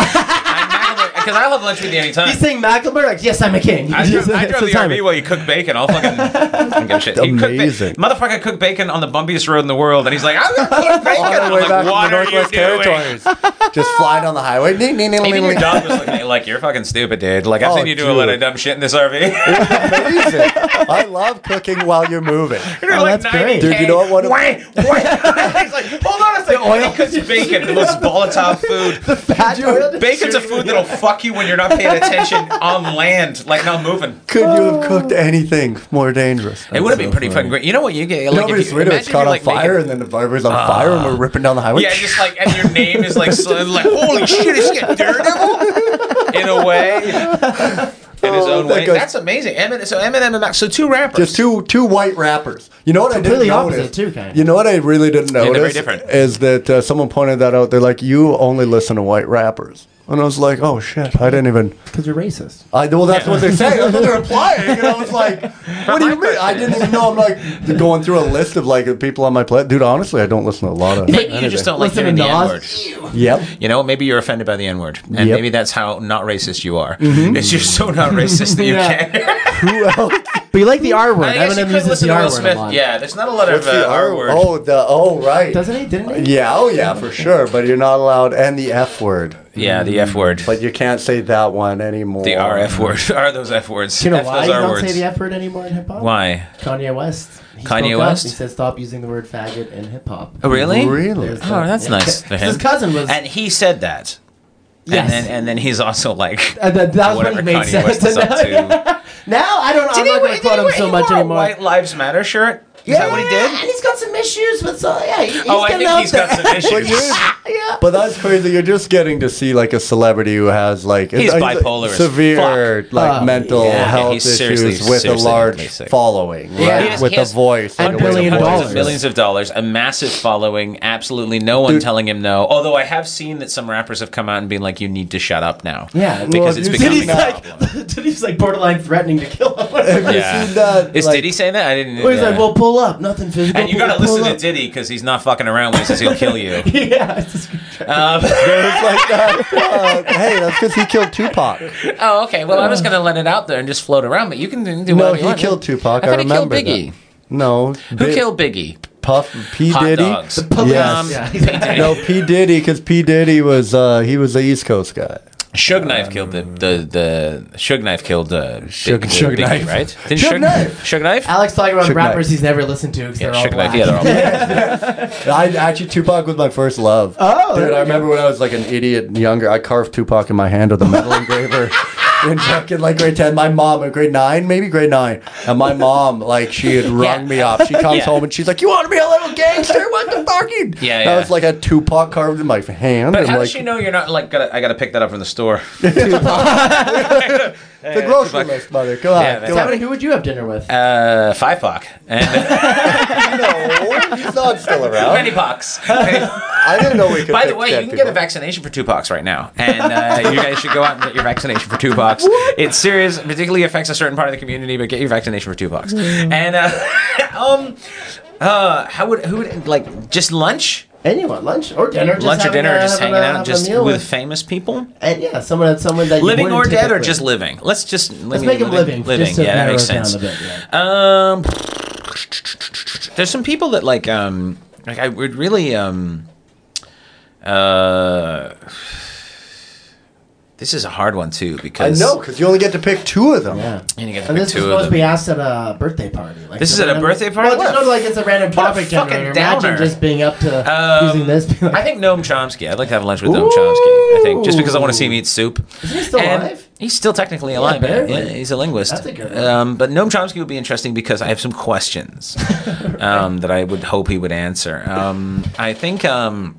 Speaker 1: Because I'll have lunch with you anytime.
Speaker 2: He's saying Macklemore. Like, yes, I'm a king.
Speaker 10: I drive, I drive
Speaker 2: So
Speaker 10: the
Speaker 2: timing.
Speaker 10: RV while you cook bacon. I'll fucking I don't give a shit. He cooked ba-
Speaker 3: Amazing.
Speaker 10: motherfucker cooked bacon on the bumpiest road in the world, and he's like, I'm gonna cook bacon.
Speaker 3: all
Speaker 10: I'm
Speaker 3: the way
Speaker 10: like,
Speaker 3: back
Speaker 10: what
Speaker 3: from the
Speaker 10: are
Speaker 3: Northwest
Speaker 10: you doing? [laughs]
Speaker 3: Territories. Just fly down the highway. Nee, nee, nee, nee,
Speaker 1: Even
Speaker 3: nee.
Speaker 1: your dog was looking at you like, you're fucking stupid, dude. Like, I've
Speaker 3: Oh,
Speaker 1: seen you do a lot of
Speaker 3: dude.
Speaker 1: dumb shit in this RV.
Speaker 3: [laughs] Amazing. I love cooking while you're moving.
Speaker 10: [laughs] You're [laughs]
Speaker 2: Oh,
Speaker 10: like
Speaker 2: that's great.
Speaker 10: 90K.
Speaker 3: Dude, you know what? One of- [laughs]
Speaker 10: Wah, wah. [laughs] He's like, hold on a second. Oil cooks bacon, the most volatile
Speaker 3: [laughs]
Speaker 10: food.
Speaker 3: Could you,
Speaker 10: Bacon's a food that'll fuck you when you're not paying attention on land, like not moving.
Speaker 3: could you
Speaker 10: Oh.
Speaker 3: have cooked anything more dangerous?
Speaker 1: It would have been pretty fucking great. You know what you get? Like,
Speaker 3: Nobody's
Speaker 1: if you,
Speaker 3: sweeter. It's
Speaker 1: imagine
Speaker 3: caught
Speaker 1: you're,
Speaker 3: on
Speaker 1: like, making- Ah.
Speaker 3: fire, and then the barber's on fire, and we're ripping down the highway.
Speaker 10: Yeah, just like, and your name is like, so, like holy shit, it's getting Daredevil? In a way. In his
Speaker 3: Oh,
Speaker 10: own
Speaker 3: that
Speaker 10: way.
Speaker 3: goes-
Speaker 10: That's amazing. Emin- so Eminem and Max, so two rappers.
Speaker 3: Just two two white rappers. You know what
Speaker 2: Completely
Speaker 3: I didn't
Speaker 2: opposite,
Speaker 3: notice?
Speaker 2: too, kind of.
Speaker 3: You know what I really didn't
Speaker 1: they're very
Speaker 3: notice
Speaker 1: different.
Speaker 3: is that uh, someone pointed that out. They're like, you only listen to white rappers, and I was like, oh shit, I didn't even.
Speaker 2: Because you're racist.
Speaker 3: I well, that's what
Speaker 1: [laughs]
Speaker 3: they're saying. That's what they're implying. And I was like, "What do you mean?" I didn't even know. I'm like going through a list of like the people on my plate. Dude, honestly, I don't listen to a lot of.
Speaker 1: Maybe you just don't like
Speaker 2: Listen
Speaker 1: hearing
Speaker 2: to
Speaker 1: the N
Speaker 2: Nas.
Speaker 1: word. [laughs]
Speaker 3: Yep.
Speaker 1: You know, maybe you're offended by the N word, and
Speaker 3: Yep.
Speaker 1: maybe that's how not racist you are. It's you're so not racist that you
Speaker 2: Yeah.
Speaker 1: can't.
Speaker 3: Who else?
Speaker 2: But you like the R word.
Speaker 1: [laughs] I guess you
Speaker 2: Eminem
Speaker 1: could
Speaker 2: uses
Speaker 1: listen
Speaker 2: the
Speaker 1: to
Speaker 2: R
Speaker 1: Will
Speaker 2: word a
Speaker 1: Smith.
Speaker 2: lot.
Speaker 1: Yeah, there's not a lot of
Speaker 3: What's the
Speaker 1: uh, R word.
Speaker 3: Oh, the oh right.
Speaker 2: Doesn't he? Didn't he?
Speaker 3: Yeah. Oh yeah, for sure. But you're not allowed and the F word.
Speaker 1: Yeah, the F word.
Speaker 3: But you can't say that one anymore.
Speaker 1: the RF word. [laughs] Are those F words?
Speaker 2: Do you know
Speaker 1: F
Speaker 2: why
Speaker 1: those
Speaker 2: you
Speaker 1: R
Speaker 2: don't
Speaker 1: words.
Speaker 2: say the F word anymore in hip hop?
Speaker 1: why?
Speaker 2: Kanye West. He
Speaker 1: Kanye
Speaker 2: spoke up.
Speaker 1: West?
Speaker 2: He said stop using the word faggot in hip hop.
Speaker 1: Oh, really?
Speaker 3: Really?
Speaker 2: There's
Speaker 1: Oh,
Speaker 2: that.
Speaker 1: that's nice for him.
Speaker 2: His cousin was.
Speaker 1: And he said that.
Speaker 2: Yes.
Speaker 1: And then and then he's also like
Speaker 2: Uh, that, that was
Speaker 1: whatever
Speaker 2: what he made
Speaker 1: Kanye
Speaker 2: sense.
Speaker 1: West is
Speaker 2: [laughs]
Speaker 1: up to.
Speaker 2: now I don't. I'm
Speaker 1: Did he-
Speaker 2: not going
Speaker 1: did
Speaker 2: to quote him
Speaker 1: he-
Speaker 2: so
Speaker 1: he
Speaker 2: much
Speaker 1: wore a
Speaker 2: anymore.
Speaker 1: White Lives Matter shirt. Is that what he
Speaker 2: And
Speaker 1: did?
Speaker 2: he's got some issues with. So, yeah, he- he's
Speaker 1: Oh, I
Speaker 2: getting
Speaker 1: think
Speaker 2: out
Speaker 1: he's got
Speaker 2: there.
Speaker 1: some
Speaker 3: But,
Speaker 1: issues.
Speaker 3: you're-
Speaker 2: yeah.
Speaker 3: but that's crazy. You're just getting to see like a celebrity who has like
Speaker 1: He's
Speaker 3: uh,
Speaker 1: bipolar as
Speaker 3: severe like
Speaker 2: Oh,
Speaker 3: mental
Speaker 2: yeah.
Speaker 3: health
Speaker 1: He's seriously-
Speaker 3: issues with a
Speaker 1: seriously
Speaker 3: large
Speaker 1: mentally sick.
Speaker 3: following, right?
Speaker 2: Yeah. He
Speaker 1: has-
Speaker 3: with
Speaker 1: he
Speaker 3: a
Speaker 1: has
Speaker 3: voice, and
Speaker 2: a
Speaker 3: a way of
Speaker 2: billion
Speaker 3: voice.
Speaker 2: dollars.
Speaker 1: Millions of dollars, a massive following, absolutely no one telling him no. Although I have seen that some rappers have come out and been like, "You need to shut up now."
Speaker 2: Yeah,
Speaker 1: because it's
Speaker 3: well, you-
Speaker 2: Did
Speaker 1: becoming
Speaker 3: [laughs]
Speaker 2: he's
Speaker 1: a
Speaker 2: like,
Speaker 1: problem.
Speaker 2: [laughs] did he's like borderline threatening to kill him? [laughs]
Speaker 1: Yeah.
Speaker 3: Seen that,
Speaker 1: Is
Speaker 3: like,
Speaker 1: Diddy saying that? I didn't.
Speaker 2: Where he's
Speaker 1: yeah.
Speaker 2: like, well, pull up, nothing physical.
Speaker 1: and you
Speaker 2: but
Speaker 1: gotta
Speaker 2: pull
Speaker 1: listen to
Speaker 2: up.
Speaker 1: Diddy because he's not fucking around when he says he'll kill
Speaker 2: [laughs]
Speaker 1: you.
Speaker 2: Yeah, it's just-
Speaker 1: Um,
Speaker 3: It's [laughs] like that. uh, hey, that's because he
Speaker 1: [laughs]
Speaker 3: killed Tupac.
Speaker 1: oh, okay. Well, I was gonna let it out there and just float around, but you can do whatever
Speaker 3: No,
Speaker 1: you
Speaker 3: he
Speaker 1: want.
Speaker 3: killed Tupac.
Speaker 1: I
Speaker 3: I,
Speaker 1: thought he killed
Speaker 3: remember
Speaker 1: Biggie.
Speaker 3: that. No,
Speaker 1: Who killed Biggie? Um,
Speaker 3: Puff P
Speaker 1: Hot
Speaker 3: Diddy?
Speaker 1: dogs.
Speaker 3: Yes.
Speaker 2: yeah, he's
Speaker 1: [laughs]
Speaker 2: like,
Speaker 3: No, P Diddy, because P Diddy was uh, he was the East Coast guy.
Speaker 1: Suge Knife killed the the the Suge Knife killed uh,
Speaker 3: Suge-
Speaker 1: Big-
Speaker 3: Suge
Speaker 1: Biggie,
Speaker 3: Knife.
Speaker 1: right? Didn't
Speaker 3: Suge
Speaker 1: Suge
Speaker 3: Knife.
Speaker 1: Suge Knife.
Speaker 2: Alex talking about
Speaker 3: Suge Knight.
Speaker 2: rappers he's never listened to because
Speaker 1: Yeah,
Speaker 2: they're all
Speaker 1: Suge Knife.
Speaker 2: black. [laughs]
Speaker 1: Yeah, they're all black.
Speaker 3: I actually Tupac was my first love.
Speaker 2: Oh,
Speaker 3: dude,
Speaker 2: there
Speaker 3: I
Speaker 1: [laughs]
Speaker 2: you
Speaker 3: remember when I was like an idiot and younger. I carved Tupac in my hand with a metal engraver. in fucking like grade ten. My mom, at grade nine, maybe grade nine, and my mom, like she had rung
Speaker 1: [laughs]
Speaker 3: me up. She comes
Speaker 1: Yeah.
Speaker 3: home and she's like, "You want to be a little
Speaker 1: [laughs]
Speaker 3: gangster? What the fuck?" you-"
Speaker 1: Yeah,
Speaker 3: And I
Speaker 1: yeah.
Speaker 3: was like a Tupac carved in my hand.
Speaker 1: But
Speaker 3: and
Speaker 1: how
Speaker 3: like,
Speaker 1: does she know you're not like? Gotta, I gotta pick that up from the store.
Speaker 3: [laughs] the grocery list, mother? Come on,
Speaker 1: Yeah, man.
Speaker 3: come on.
Speaker 2: Gavin, who would you have dinner
Speaker 1: [laughs]
Speaker 2: with?
Speaker 1: Uh, five [laughs] buck and
Speaker 3: No, [laughs] he's not still around.
Speaker 1: penny bucks. [laughs]
Speaker 3: I didn't know we could.
Speaker 1: By the
Speaker 3: pick
Speaker 1: way,
Speaker 3: ten
Speaker 1: you can get a
Speaker 3: people.
Speaker 1: vaccination for Tupac right now, and uh, [laughs] you guys should go out and get your vaccination for Tupac. It's serious, particularly affects a certain part of the community, but get your vaccination for Tupac. And uh, [laughs] um, uh, how would who would like just lunch,
Speaker 2: Anyone, lunch or dinner? Just
Speaker 1: lunch or
Speaker 2: having
Speaker 1: dinner,
Speaker 2: a-
Speaker 1: or just
Speaker 2: having
Speaker 1: hanging
Speaker 2: a- having
Speaker 1: out,
Speaker 2: a
Speaker 1: just
Speaker 2: meal
Speaker 1: with famous people,
Speaker 2: and yeah, someone someone that you
Speaker 1: living or
Speaker 2: wouldn't
Speaker 1: dead, or
Speaker 2: typically-
Speaker 1: just living. Let's just
Speaker 2: Let's make him living.
Speaker 1: Living,
Speaker 2: just to
Speaker 1: yeah, that
Speaker 2: narrow
Speaker 1: makes
Speaker 2: it down
Speaker 1: sense.
Speaker 2: a bit, yeah.
Speaker 1: Um, there's some people that like um like I would really um uh this is a hard one too
Speaker 3: I
Speaker 1: because
Speaker 3: know because you only get to pick two of them.
Speaker 2: Yeah.
Speaker 1: Um, And you get to
Speaker 2: And
Speaker 1: pick
Speaker 2: this
Speaker 1: two
Speaker 2: was
Speaker 1: of
Speaker 2: supposed
Speaker 1: them.
Speaker 2: to be asked at a birthday party. Like
Speaker 1: This
Speaker 2: the
Speaker 1: is at a
Speaker 2: random-
Speaker 1: birthday party?
Speaker 2: Well, just
Speaker 1: What a
Speaker 2: know, like it's a random
Speaker 1: what a
Speaker 2: topic
Speaker 1: fucking
Speaker 2: generator. Imagine
Speaker 1: downer.
Speaker 2: just being up to
Speaker 1: Um,
Speaker 2: using this. being like,
Speaker 1: I think Noam Chomsky. I'd like to have lunch with Noam Chomsky. I think just because I want to see him eat soup. Is
Speaker 2: he still alive?
Speaker 1: He's still technically alive. Yeah,
Speaker 2: barely.
Speaker 1: Yeah, he's a linguist.
Speaker 2: That's a good one.
Speaker 1: um, but Noam Chomsky would be interesting because I have some
Speaker 2: [laughs]
Speaker 1: questions um, that I would hope he would answer. Um, I think. Um,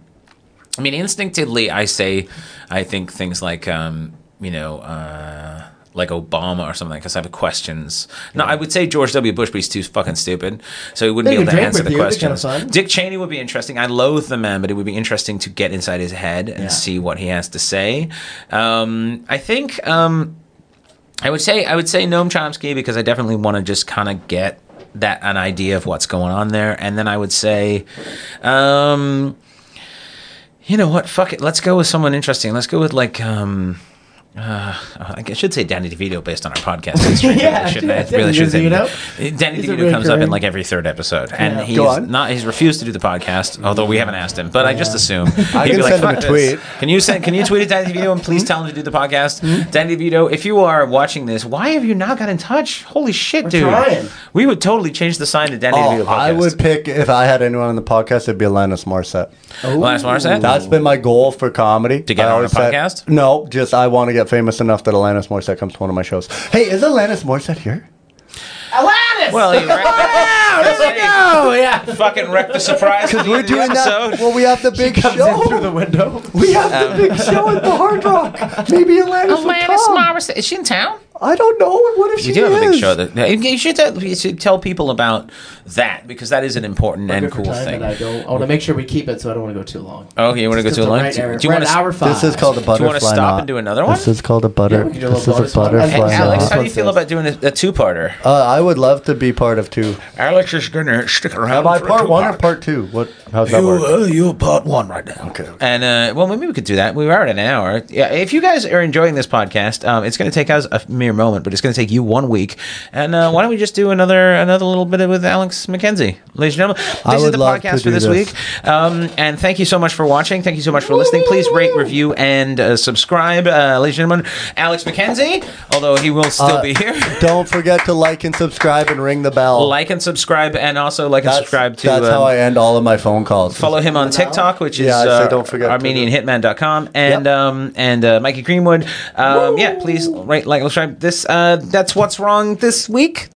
Speaker 1: I mean, instinctively, I say, I think things like, um, you know, uh, like Obama or something, because I have questions. No, I would say George W. Bush, but he's too fucking stupid, so he wouldn't
Speaker 2: They
Speaker 1: be
Speaker 2: could
Speaker 1: able to
Speaker 2: drink
Speaker 1: answer
Speaker 2: with
Speaker 1: the
Speaker 2: you, it'd be kinda
Speaker 1: questions.
Speaker 2: fun.
Speaker 1: Dick Cheney would be interesting. I loathe the man, but it would be interesting to get inside his head and
Speaker 2: Yeah.
Speaker 1: see what he has to say. Um, I think um, I would say I would say Noam Chomsky because I definitely want to just kind of get that an idea of what's going on there, and then I would say. Um, you know what? Fuck it. Let's go with someone interesting. Let's go with like um. Uh, I guess I should say Danny DeVito based on our podcast.
Speaker 2: [laughs]
Speaker 1: history, really,
Speaker 2: Yeah,
Speaker 1: shouldn't I? I
Speaker 2: yeah,
Speaker 1: really should say
Speaker 2: Danny
Speaker 1: DeVito. Danny
Speaker 2: He's a
Speaker 1: DeVito comes up in
Speaker 2: recurring-
Speaker 1: like every third episode, and he's
Speaker 3: Go on.
Speaker 1: not. He's refused to do the podcast, although we haven't asked him. But I just assume
Speaker 3: I
Speaker 1: he'd
Speaker 3: can
Speaker 1: be like,
Speaker 3: send him a
Speaker 1: "Fuck this."
Speaker 3: tweet.
Speaker 1: Can you send? Can you tweet at Danny DeVito and please tell him to do the podcast?
Speaker 3: Hmm?
Speaker 1: Danny DeVito, if you are watching this, why have you not got in touch? Holy shit, dude!
Speaker 2: trying.
Speaker 1: We would totally change the sign to Danny DeVito
Speaker 3: Oh,
Speaker 1: podcast.
Speaker 3: I would pick if I had anyone on the podcast. It'd be Alanis Morissette.
Speaker 1: Last Morissette?
Speaker 3: That's been my goal for comedy. To
Speaker 1: get her on a podcast?
Speaker 3: no, just I want to get famous enough that Alanis Morissette comes to one of my shows. Hey, is Alanis Morissette here?
Speaker 1: [laughs]
Speaker 2: Alanis.
Speaker 1: Well,
Speaker 3: [laughs]
Speaker 1: you
Speaker 2: oh yeah,
Speaker 1: fucking wreck the
Speaker 3: [laughs]
Speaker 1: surprise. Because
Speaker 3: We're doing that. Well, we have the big show.
Speaker 2: through the window.
Speaker 3: we have
Speaker 1: Oh.
Speaker 3: the big show at the Hard Rock. Maybe Alanis will come.
Speaker 1: Is she in town?
Speaker 3: I don't know. What if she
Speaker 1: You do have a big
Speaker 3: is?
Speaker 1: show. That you should, tell, you should tell people about that because that is an important and
Speaker 2: For
Speaker 1: cool
Speaker 2: time
Speaker 1: thing.
Speaker 2: that I don't. I want to make sure we keep it, so I don't want to go too long.
Speaker 1: Okay, you want to go
Speaker 2: Just
Speaker 1: to a
Speaker 2: the
Speaker 1: lunch?
Speaker 2: right area.
Speaker 1: do you
Speaker 2: We're
Speaker 1: want
Speaker 2: at
Speaker 1: to?
Speaker 2: hour five.
Speaker 3: This is called a
Speaker 1: you
Speaker 3: butterfly
Speaker 1: wanna stop
Speaker 3: knot.
Speaker 1: and do another one?
Speaker 3: This is called a butter.
Speaker 2: Yeah, we can do a
Speaker 3: this is a
Speaker 2: bonus one.
Speaker 3: butterfly.
Speaker 1: Hey, Alex,
Speaker 3: knot.
Speaker 1: how do you feel about doing a, a two-parter?
Speaker 3: Uh, I would love to be part of two.
Speaker 1: Alex is gonna stick around.
Speaker 3: Am I part one or part two? What? How's that work?
Speaker 1: uh, you're part one right now.
Speaker 3: okay. okay.
Speaker 1: And uh, well, maybe we could do that. We were out in an hour. Yeah, if you guys are enjoying this podcast, um, it's going to take us a mere moment, but it's going to take you one week. And uh, why don't we just do another another little bit with Alex McKenzie, ladies and gentlemen? This
Speaker 3: I
Speaker 1: is
Speaker 3: would
Speaker 1: the
Speaker 3: love
Speaker 1: podcast
Speaker 3: to
Speaker 1: for
Speaker 3: do
Speaker 1: this,
Speaker 3: this.
Speaker 1: week. Um, and thank you so much for watching. Thank you so much for listening. Please rate, review, and uh, subscribe, uh, ladies and gentlemen. Alex McKenzie, although he will still
Speaker 3: Uh,
Speaker 1: be here.
Speaker 3: [laughs] Don't forget to like and subscribe and ring the bell.
Speaker 1: Like and subscribe, and also like and
Speaker 3: That's-
Speaker 1: subscribe to
Speaker 3: That's
Speaker 1: um,
Speaker 3: how I end all of my phone calls.
Speaker 1: Follow him on TikTok, which is
Speaker 3: Yeah, I
Speaker 1: uh,
Speaker 3: say don't forget to
Speaker 1: ArmenianHitman.com, and
Speaker 3: Yep.
Speaker 1: um, and uh, Mikey Greenwood. Um, yeah, please write, like, subscribe. This uh, that's what's wrong this week.